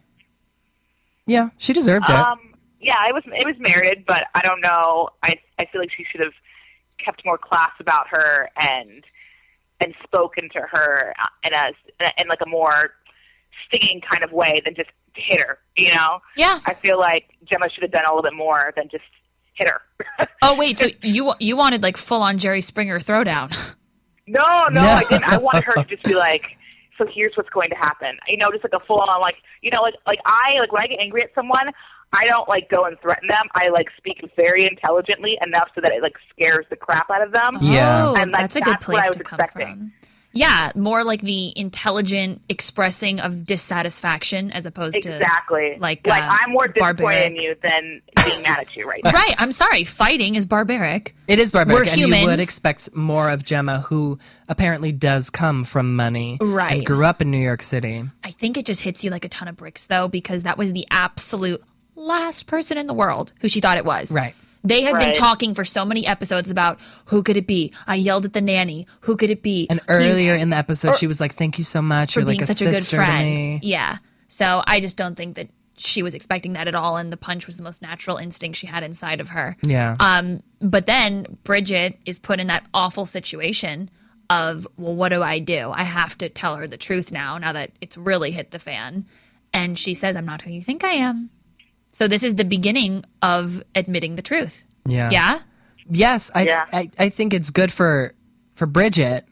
S3: Yeah, she deserved it.
S2: Uh,
S6: Um, yeah, it was it was merited, but I don't know. I I feel like she should have kept more class about her and and spoken to her uh, in a in like a more stinging kind of way than just hit her. You know,
S2: Yeah.
S6: I feel like Gemma should have done a little bit more than just hit her.
S2: Oh wait, so you you wanted like full on Jerry Springer throwdown?
S6: no, no, I didn't. I wanted her to just be like. So here's what's going to happen. You know, just like a full on like you know like like I like when I get angry at someone. I don't like go and threaten them. I like speak very intelligently enough so that it like scares the crap out of them.
S3: Yeah.
S2: Oh,
S6: And, like,
S2: that's a good
S6: that's what I
S2: place
S6: was
S2: to come
S6: expecting.
S2: from. Yeah, more like the intelligent expressing of dissatisfaction as opposed
S6: Exactly.
S2: to like
S6: like
S2: uh,
S6: I'm more disappointed in
S2: barbaric.
S6: you than being mad at you right now.
S2: Right, I'm sorry. Fighting is barbaric.
S3: it is barbaric,
S2: we're
S3: and you would
S2: humans.
S3: expect more of Gemma, who apparently does come from money,
S2: Right.
S3: And grew up in New York City.
S2: I think it just hits you like a ton of bricks though, because that was the absolute last person in the world who she thought it was.
S3: Right.
S2: They have been
S6: Right.
S2: talking for so many episodes about who could it be? I yelled at the nanny. Who could it be?
S3: And
S2: He-
S3: earlier in the episode, she was like, "Thank you so much.
S2: for
S3: You're
S2: being
S3: like a
S2: such a
S3: sister
S2: good
S3: to
S2: friend.
S3: me."
S2: Yeah. So I just don't think that she was expecting that at all, and the punch was the most natural instinct she had inside of her.
S3: Yeah.
S2: Um, but then Bridget is put in that awful situation of, well, what do I do? I have to tell her the truth now, now that it's really hit the fan. And she says, I'm not who you think I am. So this is the beginning of admitting the truth.
S3: yeah,
S2: Yeah?
S3: Yes, I,
S6: Yeah.
S3: I, I think it's good for for Bridget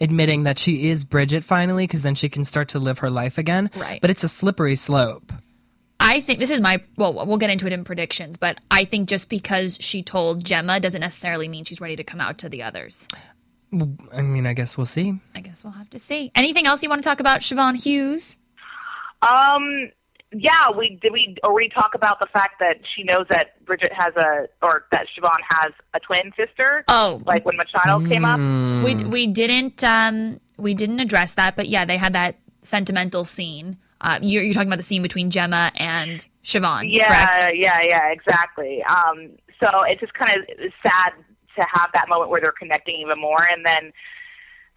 S3: admitting that she is Bridget finally, because then she can start to live her life again.
S2: Right.
S3: But it's a slippery slope.
S2: I think this is my well, we'll get into it in predictions, but I think just because she told Gemma doesn't necessarily mean she's ready to come out to the others.
S3: I mean, I guess we'll see.
S2: I guess we'll have to see. Anything else you want to talk about, Siobhan Hughes?
S6: Um. Yeah. We did. We already talk about the fact that she knows that Bridget has a, or that Siobhan has a twin sister.
S2: Oh. Mm.
S6: Like when Machado came up.
S2: We we didn't um we didn't address that, but yeah, they had that sentimental scene Uh, you're, you're talking about the scene between Gemma and Siobhan. correct?
S6: Yeah, yeah, yeah, exactly. Um, so it's just kind of sad to have that moment where they're connecting even more, and then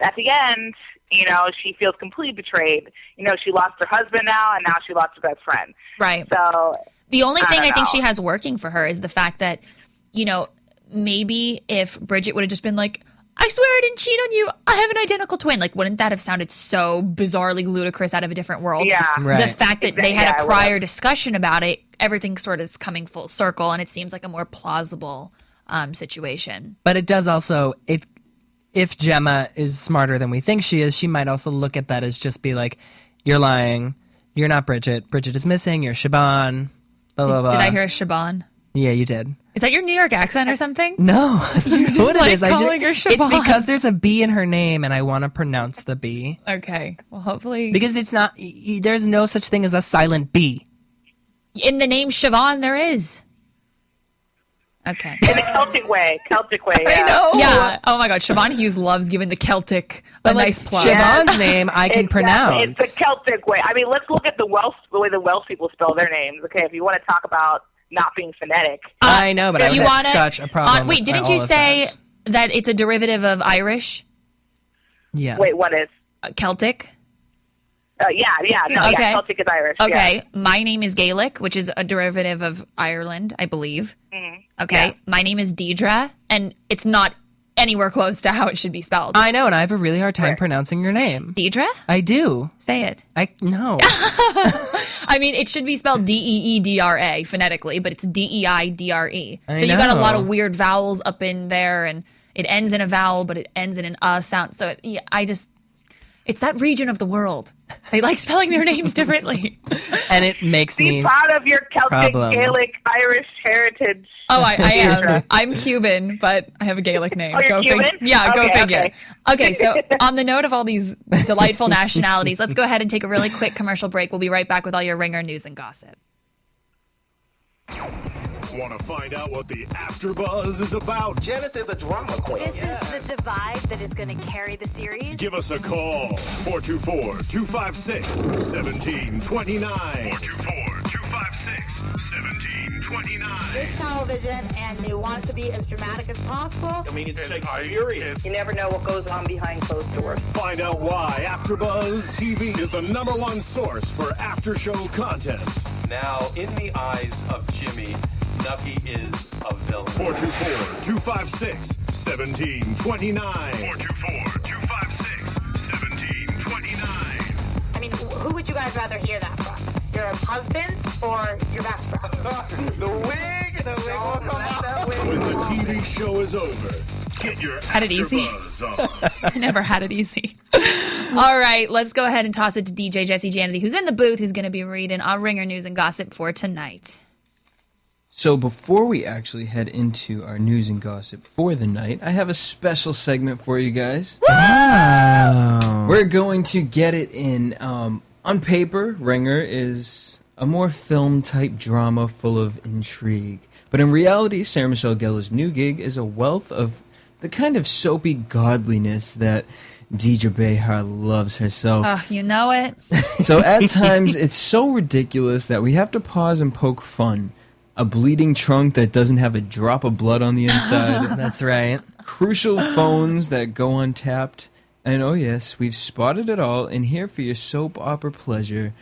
S6: at the end, you know, she feels completely betrayed. You know, she lost her husband now, and now she lost her best friend.
S2: Right.
S6: So
S2: The only
S6: I
S2: thing
S6: don't
S2: I think
S6: know.
S2: she has working for her is the fact that, you know, maybe if Bridget would have just been like, I swear I didn't cheat on you. I have an identical twin. Like, wouldn't that have sounded so bizarrely ludicrous out of a different world?
S6: yeah,
S3: Right.
S2: The fact that they had
S6: Yeah,
S2: a
S6: it
S2: prior discussion about it, everything sort of is coming full circle, and it seems like a more plausible um, situation.
S3: But it does also if if Gemma is smarter than we think she is, she might also look at that as just be like, "You're lying. You're not Bridget. Bridget is missing. You're Shaban." Blah blah blah.
S2: Did I hear a Siobhan?
S3: Yeah, you did.
S2: Is that your New York accent or something?
S3: No, you're
S2: just, like, calling her Siobhan.
S3: It's because there's a B in her name, and I want to pronounce the B
S2: Okay. Well, hopefully.
S3: because it's not. y- y- There's no such thing as a silent B.
S2: in the name Siobhan, there is. Okay.
S6: in the Celtic way, Celtic way. Yeah.
S2: Yeah. Oh my God. Siobhan Hughes loves giving the Celtic a
S3: like,
S2: nice plug.
S3: Siobhan's name I can
S6: It's-
S3: pronounce.
S6: It's the Celtic way. I mean, let's look at the Welsh, the way the Welsh people spell their names. Okay, if you want to talk about not being phonetic,
S3: I know, but I
S2: You
S3: would have
S2: wanna-
S3: such a problem.
S2: Uh, wait,
S3: with
S2: didn't
S3: all
S2: you
S3: of
S2: say
S3: that.
S2: that. it's a derivative of Irish,
S3: Yeah.
S6: wait, what is?
S2: uh, Celtic?
S6: Uh, yeah, yeah, no,
S2: Okay.
S6: yeah, Celtic is Irish. yeah.
S2: Okay. My name is Gaelic, which is a derivative of Ireland, I believe.
S3: Mm-hmm.
S2: Okay. My name is Deidre, and it's not anywhere close to how it should be spelled.
S3: I know, and I have a really hard time pronouncing your name.
S2: Deidre?
S3: I do.
S2: Say it.
S3: I no.
S2: I mean, it should be spelled D E E D R A phonetically, but it's D E I D R E. So
S3: I
S2: you got a lot
S3: know.
S2: of weird vowels up in there, and it ends in a vowel, but it ends in an uh sound. So it, yeah, I just, it's that region of the world. They like spelling their names differently.
S3: and it makes
S6: Be
S3: me
S6: proud of your Celtic,
S3: Problem.
S6: Gaelic, Irish heritage.
S2: Oh, I, I am. I'm Cuban, but I have a Gaelic name.
S6: Oh, you're
S2: go fig-
S6: Cuban?
S2: Yeah, go
S6: Okay,
S2: figure.
S6: okay.
S2: okay, so on the note of all these delightful nationalities, let's go ahead and take a really quick commercial break. We'll be right back with all your ringer news and gossip.
S7: Want to find out what the AfterBuzz is about?
S8: Janice is a drama queen.
S9: This is the divide that is going to carry the series.
S7: Give us a call. 424-256-1729. 424-256-1729.
S10: television and they want it to be as dramatic as possible.
S8: I mean, it's Shakespearean.
S10: You never know what goes on behind closed doors.
S7: Find out why AfterBuzz TV is the number one source for after-show content.
S8: now, in the eyes of Jimmy, Nucky is a villain.
S7: 424-256-1729. 424-256-1729.
S10: I mean, wh- who would you guys rather hear that from? Your husband or your best friend?
S8: the wig! The wig will come out. That wig.
S7: When the TV show is over, get your
S2: Had it easy.
S7: AfterBuzz on.
S2: I never had it easy. All right, let's go ahead and toss it to DJ Jesse Janity, who's in the booth, who's going to be reading all ringer news and gossip for tonight.
S5: So before we actually head into our news and gossip for the night, I have a special segment for you guys. We're going to get it in um, on paper. Ringer is a more film type drama full of intrigue, but in reality, Sarah Michelle Gellar's new gig is a wealth of the kind of soapy godliness that Deidre Behar loves herself.
S2: Oh, you know it.
S5: So at times it's so ridiculous that we have to pause and poke fun. A bleeding trunk that doesn't have a drop of blood on the inside,
S3: That's right.
S5: crucial phones that go untapped, and oh yes, we've spotted it all and here for your soap opera pleasure,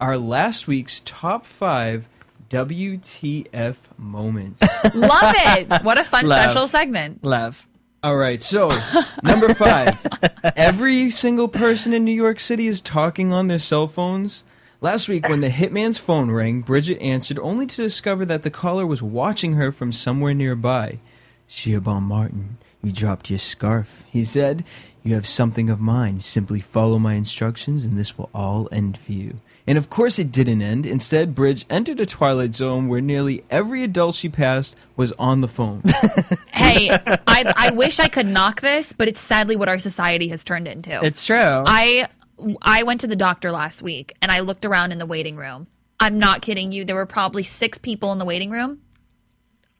S5: our last week's top 5 WTF moments.
S2: Love it. What a fun
S3: Love.
S2: special segment.
S3: Love.
S5: All right, so number five. Every single person in New York City is talking on their cell phones. Last week, when the hitman's phone rang, Bridget answered only to discover that the caller was watching her from somewhere nearby. Sheobon Martin, you dropped your scarf, he said. You have something of mine. Simply follow my instructions, and this will all end for you. And of course, it didn't end. Instead, Bridge entered a twilight zone where nearly every adult she passed was on the phone.
S2: Hey, I, I wish I could knock this, but it's sadly what our society has turned into.
S3: It's true. I,
S2: I I went to the doctor last week and I looked around in the waiting room. I'm not kidding you. There were probably six people in the waiting room.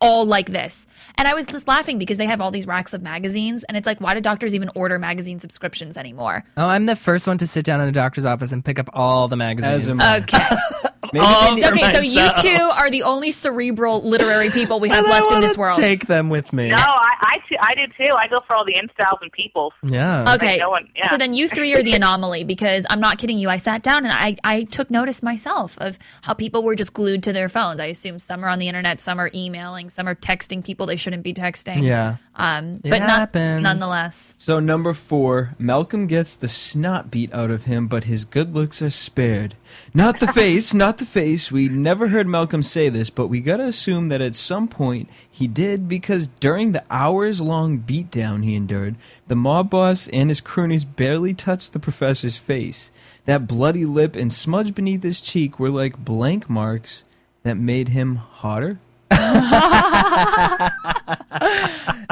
S2: all like this. And I was just laughing because they have all these racks of magazines. And it's like, why do doctors even order magazine subscriptions anymore?
S3: Oh, I'm the first one to sit down in a doctor's office and pick up all the magazines.
S5: As am I.
S2: Okay.
S5: Maybe they need-
S2: okay, so you two are the only cerebral literary people we have
S3: And I
S2: left in
S3: wanna
S2: this world.
S3: Take them with me.
S6: No, Oh, I I, too, I do too. I go for all the instyles and peoples.
S3: Yeah.
S2: Okay.
S6: No one- yeah.
S2: So then you three are the anomaly because I'm not kidding you. I sat down and I, I took notice myself of how people were just glued to their phones. I assume some are on the internet, some are emailing, some are texting people they shouldn't be texting.
S3: Yeah.
S2: Um,
S3: It
S2: but not,
S3: happens.
S2: nonetheless.
S5: So number four, Malcolm gets the snot beat out of him, but his good looks are spared. Not the face, not the face. We never heard Malcolm say this, but we gotta assume that at some point he did because during the hours long beatdown he endured, the mob boss and his cronies barely touched the professor's face. That bloody lip and smudge beneath his cheek were like blank marks that made him hotter.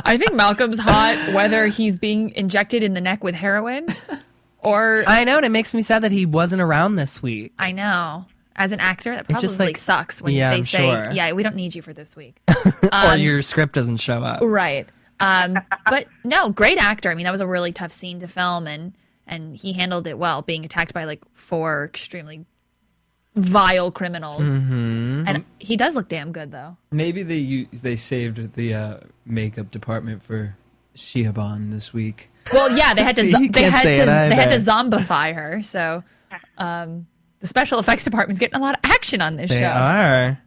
S2: I think Malcolm's hot, whether he's being injected in the neck with heroin or I,
S3: I know, and it makes me sad that he wasn't around this week.
S2: know. As an actor, that probably
S3: just, like,
S2: sucks when
S3: yeah,
S2: they
S3: I'm
S2: say,
S3: sure.
S2: "Yeah, we don't need you for this week." Um,
S3: or your script doesn't show up.
S2: Right. Um, but no, great actor. I mean, that was a really tough scene to film, and and he handled it well, being attacked by like four extremely vile criminals.
S3: Mm-hmm.
S2: And he does look damn good, though.
S5: Maybe they use, they saved the uh, makeup department for Shihaban this week.
S2: Well, yeah, they had to
S3: See,
S2: zo-
S3: he
S2: they
S3: can't
S2: had
S3: say
S2: to
S3: it
S2: they had to
S3: either.
S2: zombify her. So um, the special effects department's getting a lot of action on this
S3: They
S2: show.
S3: are.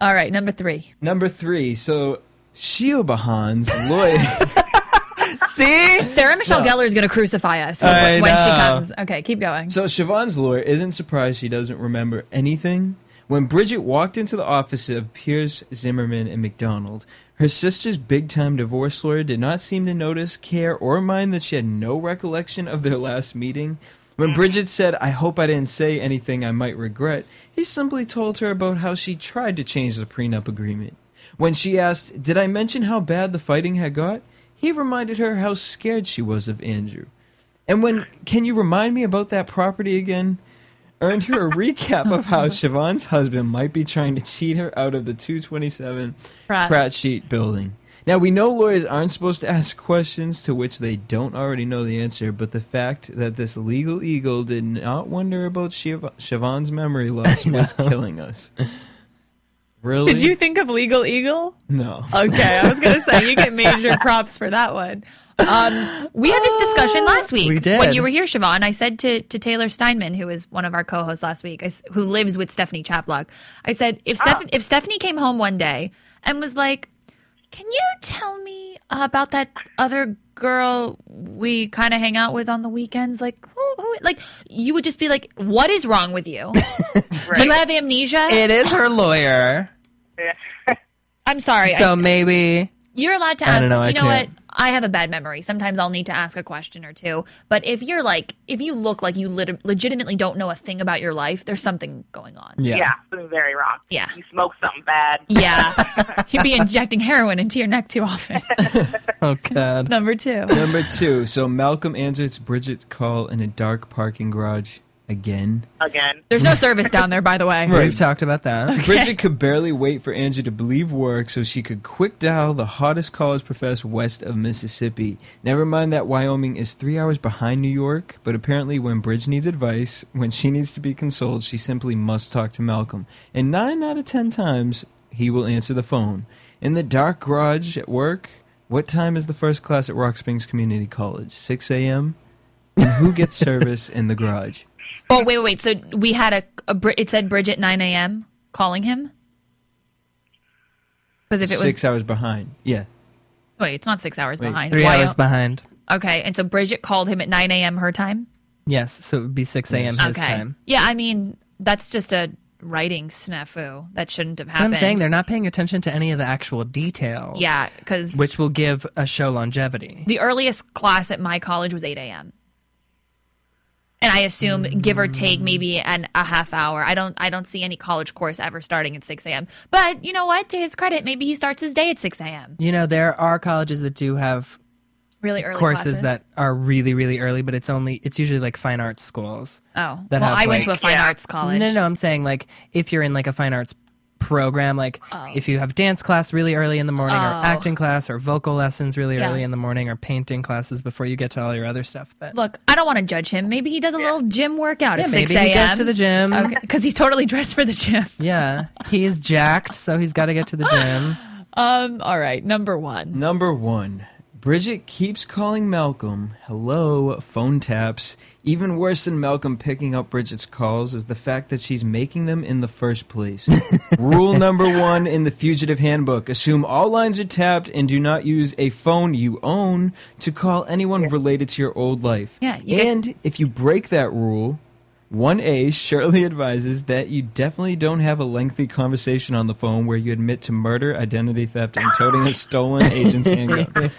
S2: All right, number three.
S5: Number three, so Shiobahan's lawyer.
S3: See?
S2: Sarah Michelle Gellar is going to crucify us when,
S3: I
S2: when she
S3: know.
S2: comes. Okay, keep going.
S5: so Siobhan's lawyer isn't surprised she doesn't remember anything. When Bridget walked into the office of Piers Zimmerman and McDonald, her sister's big time divorce lawyer did not seem to notice, care, or mind that she had no recollection of their last meeting. When Bridget said, I hope I didn't say anything I might regret, he simply told her about how she tried to change the prenup agreement. When she asked, Did I mention how bad the fighting had got? he reminded her how scared she was of Andrew. And when can you remind me about that property again? Earned her a recap of how Siobhan's husband might be trying to cheat her out of the 227
S2: Pratt.
S5: Pratt Sheet building. Now, we know lawyers aren't supposed to ask questions to which they don't already know the answer, but the fact that this legal eagle did not wonder about Siobhan- Siobhan's memory loss was killing us. Really?
S2: Did you think of Legal Eagle?
S5: No.
S2: Okay, I was gonna say you get major props for that one. Um, we had this discussion last week
S3: Ah, We did.
S2: when you were here, Siobhan. I said to to Taylor Steinman, who was one of our co-hosts last week, I s who lives with Stephanie Chaplock. I said if Steph-
S3: Ah.
S2: if Stephanie came home one day and was like, "Can you tell me about that other girl we kind of hang out with on the weekends?" Like, who, who? Like, you would just be like, "What is wrong with you? Do you have amnesia?"
S3: It is her lawyer.
S2: I'm sorry. I-
S3: So maybe.
S2: You're allowed to
S3: I
S2: ask.
S3: don't know, I
S2: you know
S3: can't.
S2: what? I have a bad memory. Sometimes I'll need to ask a question or two. But if you're like, if you look like you lit- legitimately don't know a thing about your life, there's something going on.
S3: Yeah.
S6: Yeah, something very wrong.
S2: Yeah.
S6: you smoke something bad.
S2: Yeah. You'd be injecting heroin into your neck too often.
S3: Oh, God.
S2: Number two.
S5: Number two. So Malcolm answers Bridget's call in a dark parking garage again.
S6: Again,
S2: There's no service down there, by the way.
S3: We've talked about that.
S5: Bridget could barely wait for Angie to leave work so she could quick dial the hottest college professor west of Mississippi. Never mind that Wyoming is three hours behind New York, but apparently when Bridge needs advice, when she needs to be consoled, she simply must talk to Malcolm. And nine out of ten times, he will answer the phone. In the dark garage at work, what time is the first class at Rock Springs Community College? 6 a.m.? And who gets service in the garage?
S2: Oh, wait, wait, wait. So we had a, a Bri- it said Bridget 9 a.m. calling him? Because if it was,
S5: Six hours behind. Yeah.
S2: wait, it's not six hours behind.
S3: Three
S2: Why-
S3: hours behind.
S2: Okay. And so Bridget called him at 9 a.m. her time?
S3: Yes. So it would be 6 a.m. his
S2: okay.
S3: time.
S2: Yeah, I mean, that's just a writing snafu. That shouldn't have
S3: But
S2: happened.
S3: I'm saying they're not paying attention to any of the actual details.
S2: Yeah, because
S3: Which will give a show longevity.
S2: the earliest class at my college was 8 a.m. And I assume, give or take, maybe an a half hour. I don't, I don't see any college course ever starting at 6 a.m. But you know what? To his credit, maybe he starts his day at 6 a.m.
S3: You know, there are colleges that do have
S2: Really early classes.
S3: courses that are really, really early, but it's only, it's usually like fine arts schools.
S2: oh, well,
S3: that have,
S2: I went to a
S3: like-
S2: fine arts college.
S3: No, no, no. I'm saying like if you're in like a fine arts program. Like if you have dance class really early in the morning, or
S2: Oh.
S3: acting class, or vocal lessons really
S2: Yeah.
S3: early in the morning, or painting classes before you get to all your other stuff. But
S2: Look, I don't want to judge him. Maybe he does a little gym workout
S3: yeah,
S2: at
S3: maybe
S2: 6 a.m.
S3: he goes to the gym.
S2: Okay, because he's totally dressed for the gym.
S3: Yeah, he's jacked, so he's got to get to the gym.
S2: Um, all right, number one.
S5: Number one, Bridget keeps calling Malcolm. Hello, phone taps. Even worse than Malcolm picking up Bridget's calls is the fact that she's making them in the first place. Rule number one in the Fugitive Handbook assume all lines are tapped and do not use a phone you own to call anyone related to your old life.
S2: Yeah, you get-
S5: and if you break that rule, 1A surely advises that you definitely don't have a lengthy conversation on the phone where you admit to murder, identity theft, and toting a stolen agent's handgun.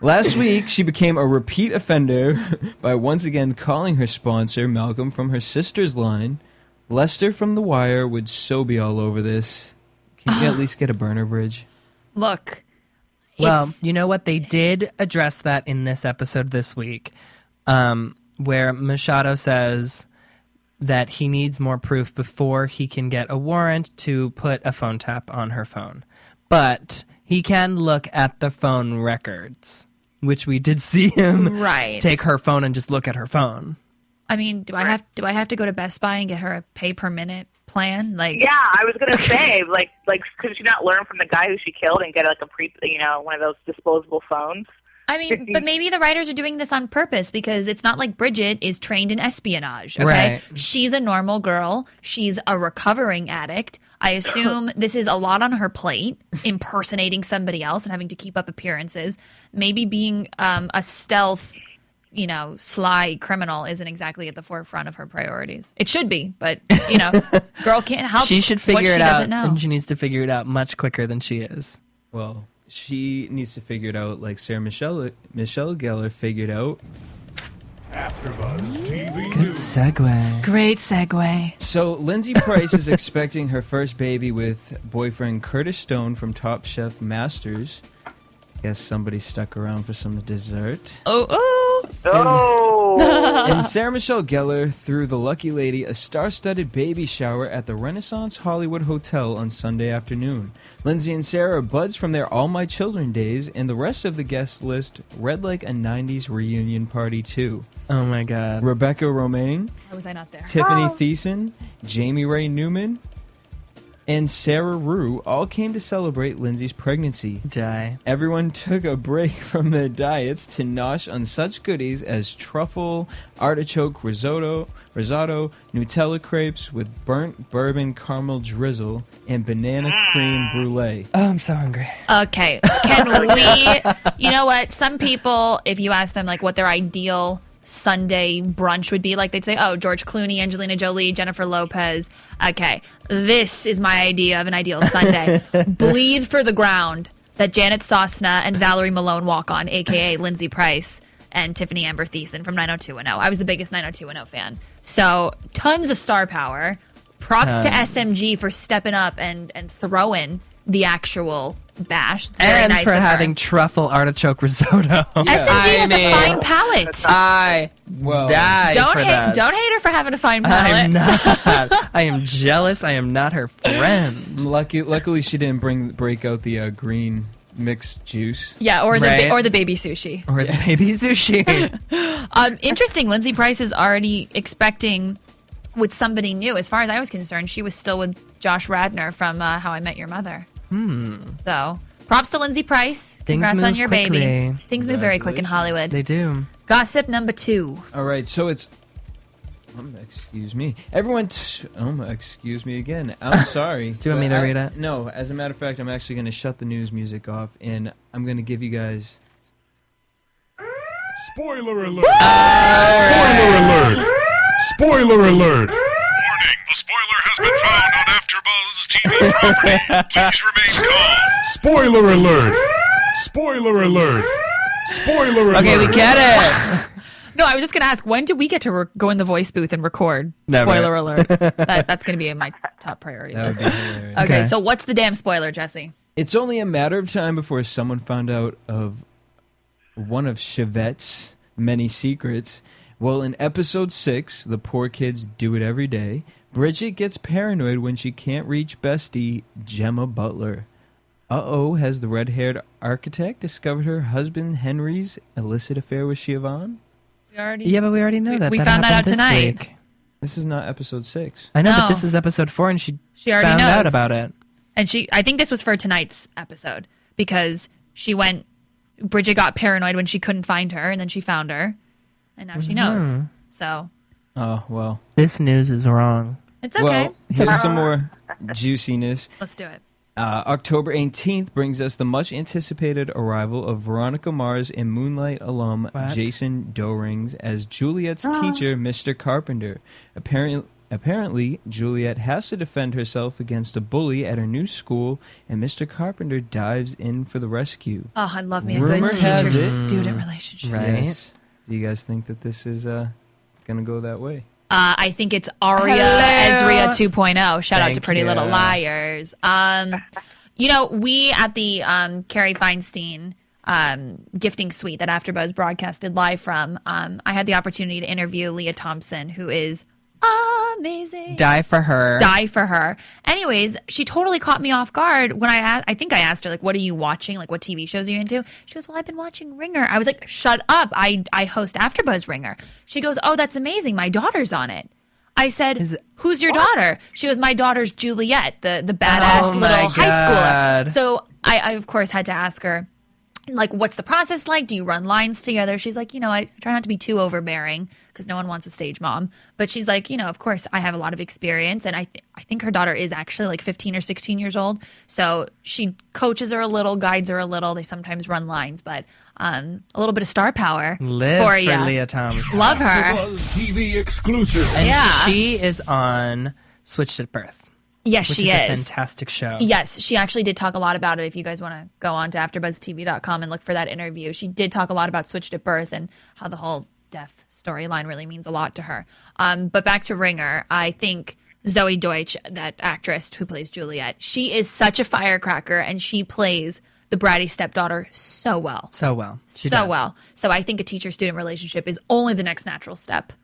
S5: Last week, she became a repeat offender by once again calling her sponsor, Malcolm, from her sister's line. Lester from The Wire would so be all over this. Can you at least get a burner bridge?
S2: Look,
S3: Well,
S2: it's,
S3: you know what? They did address that in this episode this week, um, where Machado says that he needs more proof before he can get a warrant to put a phone tap on her phone. But he can look at the phone records, which we did see him
S2: Right.
S3: take her phone and just look at her phone.
S2: I mean, do I have do I have to go to Best Buy and get her a pay per minute plan? Like,
S6: Yeah, I was gonna say, like, like, could she not learn from the guy who she killed and get like a pre, you know, one of those disposable phones?
S2: I mean, but maybe the writers are doing this on purpose because it's not like Bridget is trained in espionage. Okay,
S3: Right.
S2: she's a normal girl. She's a recovering addict. I assume this is a lot on her plate, impersonating somebody else and having to keep up appearances. Maybe being um, a stealth, you know, sly criminal isn't exactly at the forefront of her priorities. It should be, but you know, girl can't help.
S3: She should
S2: what
S3: figure
S2: she
S3: it out,
S2: doesn't know.
S3: and she needs to figure it out much quicker than she is.
S5: Well, she needs to figure it out like Sarah Michelle, Michelle Geller figured out.
S7: AfterBuzz TV
S3: Good
S7: News.
S3: segue.
S11: Great segue.
S5: So Lindsay Price is expecting her first baby with boyfriend Curtis Stone from Top Chef Masters. Guess somebody stuck around for some dessert.
S2: oh, oh,
S6: Oh,
S5: And Sarah Michelle Gellar threw the lucky lady a star-studded baby shower at the Renaissance Hollywood Hotel on Sunday afternoon. Lindsay and Sarah are buds from their All My Children days, and the rest of the guest list read like a '90s reunion party too.
S3: Oh my god.
S5: Rebecca Romaine,
S2: why was I not there?
S5: Tiffany Thiessen, Jamie Ray Newman, and Sarah Rue all came to celebrate Lindsay's pregnancy.
S3: Die.
S5: Everyone took a break from their diets to nosh on such goodies as truffle, artichoke risotto, risotto, Nutella crepes with burnt bourbon caramel drizzle, and banana cream brulee.
S3: Oh, I'm so hungry.
S2: Okay. Can we? You know what? Some people, if you ask them like what their ideal Sunday brunch would be, like they'd say, "Oh, George Clooney, Angelina Jolie, Jennifer Lopez." Okay, this is my idea of an ideal Sunday. Bleed for the ground that Janet Sosna and Valerie Malone walk on, aka Lindsay Price and Tiffany Amber Thiessen from 90210. I was the biggest 90210 fan, so tons of star power. Props to SMG for stepping up and and throwing the actual bash. It's very
S3: and
S2: nice
S3: for
S2: of her.
S3: having truffle artichoke risotto.
S2: SMG has a fine Oh. palate.
S3: I
S5: Well,
S3: die
S2: Don't
S3: for
S2: hate
S3: that.
S2: don't hate her for having a fine palate.
S3: I'm not. I am jealous. I am not her friend.
S5: lucky, luckily she didn't bring break out the uh, green mixed juice.
S2: Yeah, or the
S3: Right.
S2: ba- or the baby sushi.
S3: Or the baby sushi.
S2: Um, interesting. Lindsay Price is already expecting with somebody new. As far as I was concerned, she was still with Josh Radner from uh, How I Met Your Mother. Hmm. So props to Lindsay Price. Congrats on
S3: move
S2: your baby.
S3: quickly.
S2: Things move very quick in Hollywood.
S3: they do.
S2: Gossip number two.
S5: All right, so it's. Um, excuse me. Everyone. T- um, excuse me again. I'm sorry.
S3: Do you want me
S5: but
S3: to
S5: I-
S3: read it?
S5: No. As a matter of fact, I'm actually going to shut the news music off, and I'm going to give you guys.
S7: Spoiler alert. Spoiler alert. Spoiler alert. Warning, the spoiler has been found on AfterBuzz TV property. Please remain calm. Spoiler alert. Spoiler alert. Spoiler alert.
S3: Okay, we get it.
S2: No, I was just going to ask, when do we get to re- go in the voice booth and record?
S3: Never.
S2: Spoiler alert. that, that's going to be in my top priority
S5: That would
S2: list.
S5: be hilarious.
S2: Okay,
S3: Okay.
S2: so what's the damn spoiler, Jesse?
S5: It's only a matter of time before someone found out of one of Chevette's many secrets. Well, in episode 6, The Poor Kids Do It Every Day, Bridget gets paranoid when she can't reach bestie Gemma Butler. Uh oh, has the red haired architect discovered her husband Henry's illicit affair with Siobhan?
S2: We already,
S3: Yeah, but we already know
S2: We-
S3: that.
S2: we found that
S3: happened
S2: out
S3: this
S2: tonight.
S3: week.
S5: This is not episode 6.
S3: I know, but
S2: No.
S3: this is episode four, and she
S2: She already
S3: found
S2: knows.
S3: out about it.
S2: And she, I think this was for tonight's episode because she went, Bridget got paranoid when she couldn't find her and then she found her and now she
S5: Mm-hmm.
S2: knows. So
S5: Oh, well.
S3: This news is wrong.
S2: it's okay.
S5: Well, here's some more juiciness.
S2: Let's do it.
S5: Uh, October 18th brings us the much anticipated arrival of Veronica Mars and Moonlight alum
S3: What? Ah.
S5: Jason Dorings as Juliet's teacher, Mr. Carpenter. Apparently, apparently, Juliet has to defend herself against a bully at her new school, and Mr. Carpenter dives in for the rescue.
S2: Oh, I love me a
S5: Rumor
S2: good
S5: has
S2: teacher
S5: it-
S2: student relationship.
S3: Right.
S5: Yes. Do you guys think that this is uh, going to go that way?
S2: Uh, I think it's Aria Ezria 2.0. Shout out to
S3: Thank
S2: Pretty Little
S3: you.
S2: Liars. Um, you know, we at the um, Carrie Feinstein um, gifting suite that AfterBuzz broadcasted live from, um, I had the opportunity to interview Leah Thompson, who is amazing.
S3: Die for her.
S2: Die for her. Anyways, she totally caught me off guard when I a- I think I asked her like, "What are you watching? Like, what TV shows are you into?" She goes, "Well, I've been watching Ringer." I was like, "Shut up! I I host AfterBuzz Ringer." She goes, "Oh, that's amazing. My daughter's on it." I said, "Who's your daughter?" She goes, "My daughter's Juliet, the the badass
S3: Oh my
S2: little high
S3: God.
S2: schooler." So I, I of course had to ask her like what's the process like do you run lines together she's like you know i try not to be too overbearing because no one wants a stage mom but she's like you know of course i have a lot of experience and i, th- I think her daughter is actually like 15 or 16 years old so she coaches her a little guides her a little they sometimes run lines but um, a little bit of star power
S3: Live for
S2: ya.
S3: Leah Thompson.
S2: love her
S7: Buzz TV exclusive.
S3: And
S2: Yeah.
S3: she is on Switched at Birth,
S2: yes
S3: which
S2: she
S3: is, a
S2: is
S3: fantastic show.
S2: Yes, she actually did talk a lot about it. If you guys want to go on to AfterBuzzTV.com and look for that interview, she did talk a lot about Switched at Birth and how the whole deaf storyline really means a lot to her. Um, but back to Ringer, I think Zoe Deutsch, that actress who plays Juliet, she is such a firecracker and she plays the bratty stepdaughter so well.
S3: So well. She
S2: so
S3: does.
S2: well. So I think a teacher student relationship is only the next natural step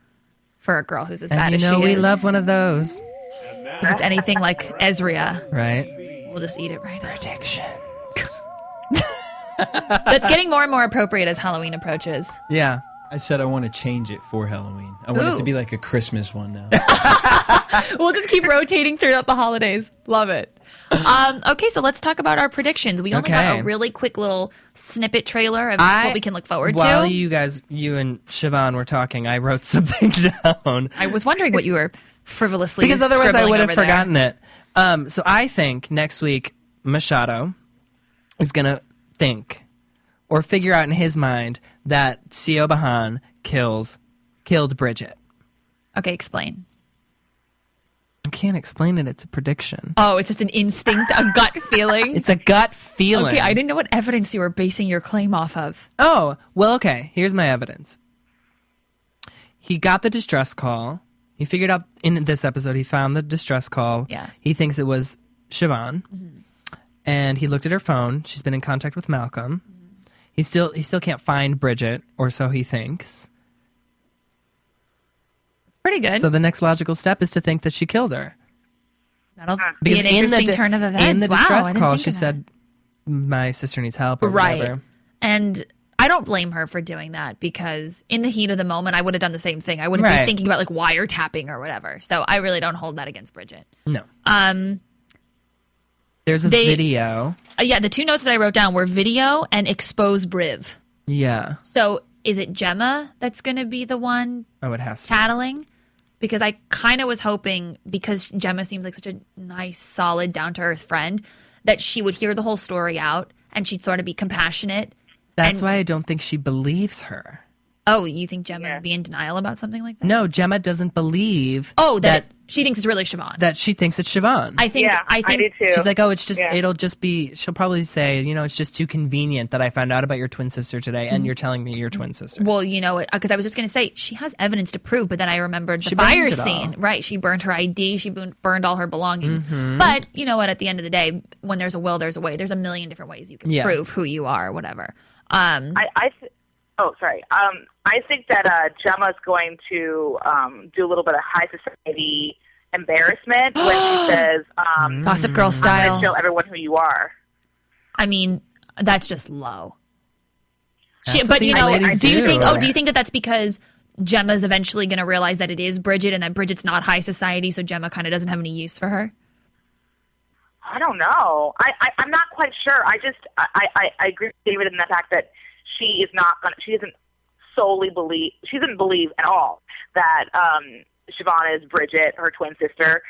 S2: for a girl who's as bad
S3: And you
S2: as
S3: know
S2: she
S3: we
S2: is.
S3: love one of those,
S2: if it's anything like Ezria,
S3: right?
S2: we'll just eat it right up.
S3: Addiction.
S2: That's getting more and more appropriate as Halloween approaches.
S3: Yeah.
S5: I said I want to change it for Halloween. I want it to
S2: Ooh.
S5: be like a Christmas one now.
S2: We'll just keep rotating throughout the holidays. Love it. Um, okay, so let's talk about our predictions. We only got
S3: Okay.
S2: a really quick little snippet trailer of what we can look forward
S3: While
S2: to.
S3: you guys, you and Siobhan were talking, I wrote something down.
S2: I was wondering what you were frivolously
S3: because otherwise I
S2: scribbling
S3: would have
S2: over there.
S3: forgotten it. Um, so I think next week Machado is gonna think or figure out in his mind that Sio Bahan kills killed Bridget.
S2: Okay, explain.
S3: I can't explain it. It's a prediction.
S2: Oh, it's just an instinct, a gut feeling.
S3: It's a gut feeling.
S2: okay, I didn't know what evidence you were basing your claim off of.
S3: Oh well, okay. Here's my evidence. He got the distress call. He figured out in this episode. He found the distress call.
S2: Yeah. Mm-hmm.
S3: He thinks it was Siobhan. and he looked at her phone. She's been in contact with Malcolm.
S2: Mm-hmm.
S3: He still he still can't find Bridget, or so he thinks.
S2: It's pretty good.
S3: So the next logical step is to think that she killed her.
S2: That'll be an interesting
S3: di-
S2: turn of events.
S3: In the
S2: wow, I
S3: distress
S2: didn't
S3: call,
S2: think
S3: she
S2: of that.
S3: said, "My sister needs help." Or Whatever.
S2: And I don't blame her for doing that because in the heat of the moment, I would have done the same thing. I wouldn't be
S3: Right.
S2: thinking about like wiretapping or whatever. So I really don't hold that against Bridget.
S3: No.
S2: Um,
S3: There's a
S2: they-
S3: video.
S2: uh, yeah, the two notes that I wrote down were video and expose Briv.
S3: Yeah.
S2: So is it Gemma that's going to be the one
S3: Oh, it has to.
S2: tattling? Because I kind of was hoping, because Gemma seems like such a nice, solid, down to earth friend, that she would hear the whole story out and she'd sort of be compassionate.
S3: That's
S2: and-
S3: why I don't think she believes her.
S2: Oh, you think Gemma would be in denial about something like that?
S3: No, Gemma doesn't believe.
S2: Oh, that,
S3: that
S2: she thinks it's really Siobhan.
S3: that she thinks it's Siobhan.
S2: I think.
S6: Yeah,
S2: I
S6: I
S2: think.
S6: do too.
S3: She's like, oh, it's just,
S6: Yeah.
S3: it'll just be, she'll probably say, you know, it's just too convenient that I found out about your twin sister today and you're telling me your twin sister.
S2: Well, you know, because I was just going to say she has evidence to prove, but then I remembered the
S3: She burned
S2: fire
S3: it all.
S2: scene. Right, she burned her ID, she bun- burned all her belongings.
S3: Mm-hmm.
S2: But you know what? At the end of the day, when there's a will, there's a way. There's a million different ways you can
S3: Yeah.
S2: prove who you are, or whatever. Um,
S6: I, I th- oh sorry. Um, I think that uh, Gemma's going to um, do a little bit of high society embarrassment when she says, um,
S2: Gossip
S3: Mm-hmm.
S2: Girl
S6: "I'm
S2: style.
S6: gonna show everyone who you are."
S2: I mean, that's just low.
S3: That's
S2: She,
S3: what
S2: but you
S3: these
S2: know, do,
S3: ladies
S2: you
S3: do.
S2: think? Oh, do you think that that's because Gemma's eventually going to realize that it is Bridget, and that Bridget's not high society, so Gemma kind of doesn't have any use for her?
S6: I don't know. I, I I'm not quite sure. I just I, I I agree with David in the fact that she is not gonna she doesn't solely believe she doesn't believe at all that um Siobhan is Bridget, her twin sister.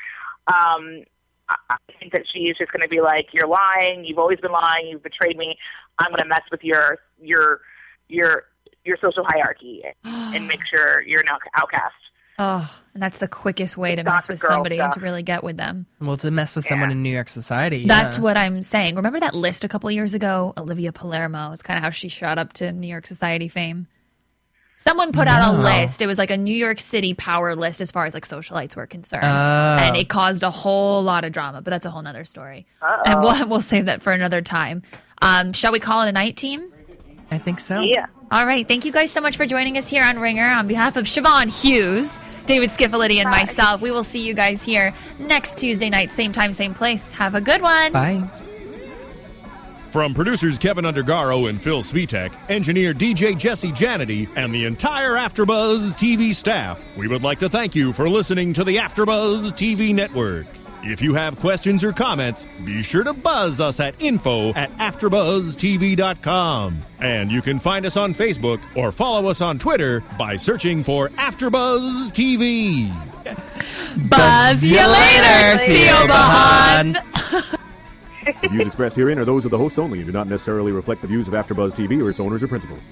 S6: Um I I think that she is just going to be like, "You're lying. You've always been lying. You've betrayed me. I'm going to mess with your your your your social hierarchy and make sure you're an out- outcast."
S2: Oh, and that's the quickest way to
S6: Gossip
S2: mess with
S6: Girl
S2: somebody and to
S6: stuff.
S2: really get with them.
S3: Well, to mess with someone in New York society.
S2: That's
S3: yeah.
S2: what I'm saying. Remember that list a couple years ago? Olivia Palermo. It's kind of how she shot up to New York society fame. Someone put out a
S3: No.
S2: list. It was like a New York City power list as far as like socialites were concerned.
S3: Oh.
S2: And it caused a whole lot of drama, but that's a whole nother story. And we'll, we'll save that for another time. Um, shall we call it a night, team?
S3: I think so.
S6: Yeah.
S2: All right. Thank you guys so much for joining us here on Ringer. On behalf of Siobhan Hughes, David Scifalidi, and myself, we will see you guys here next Tuesday night, same time, same place. Have a good one.
S3: Bye.
S7: From producers Kevin Undergaro and Phil Svitek, engineer DJ Jesse Janity, and the entire AfterBuzz TV staff, we would like to thank you for listening to the AfterBuzz TV network. If you have questions or comments, be sure to buzz us at info at AfterBuzzTV.com. And you can find us on Facebook or follow us on Twitter by searching for AfterBuzz TV.
S2: Buzz you later, Theo Bahan.
S11: The views expressed herein are those of the hosts only and do not necessarily reflect the views of AfterBuzz TV or its owners or principals.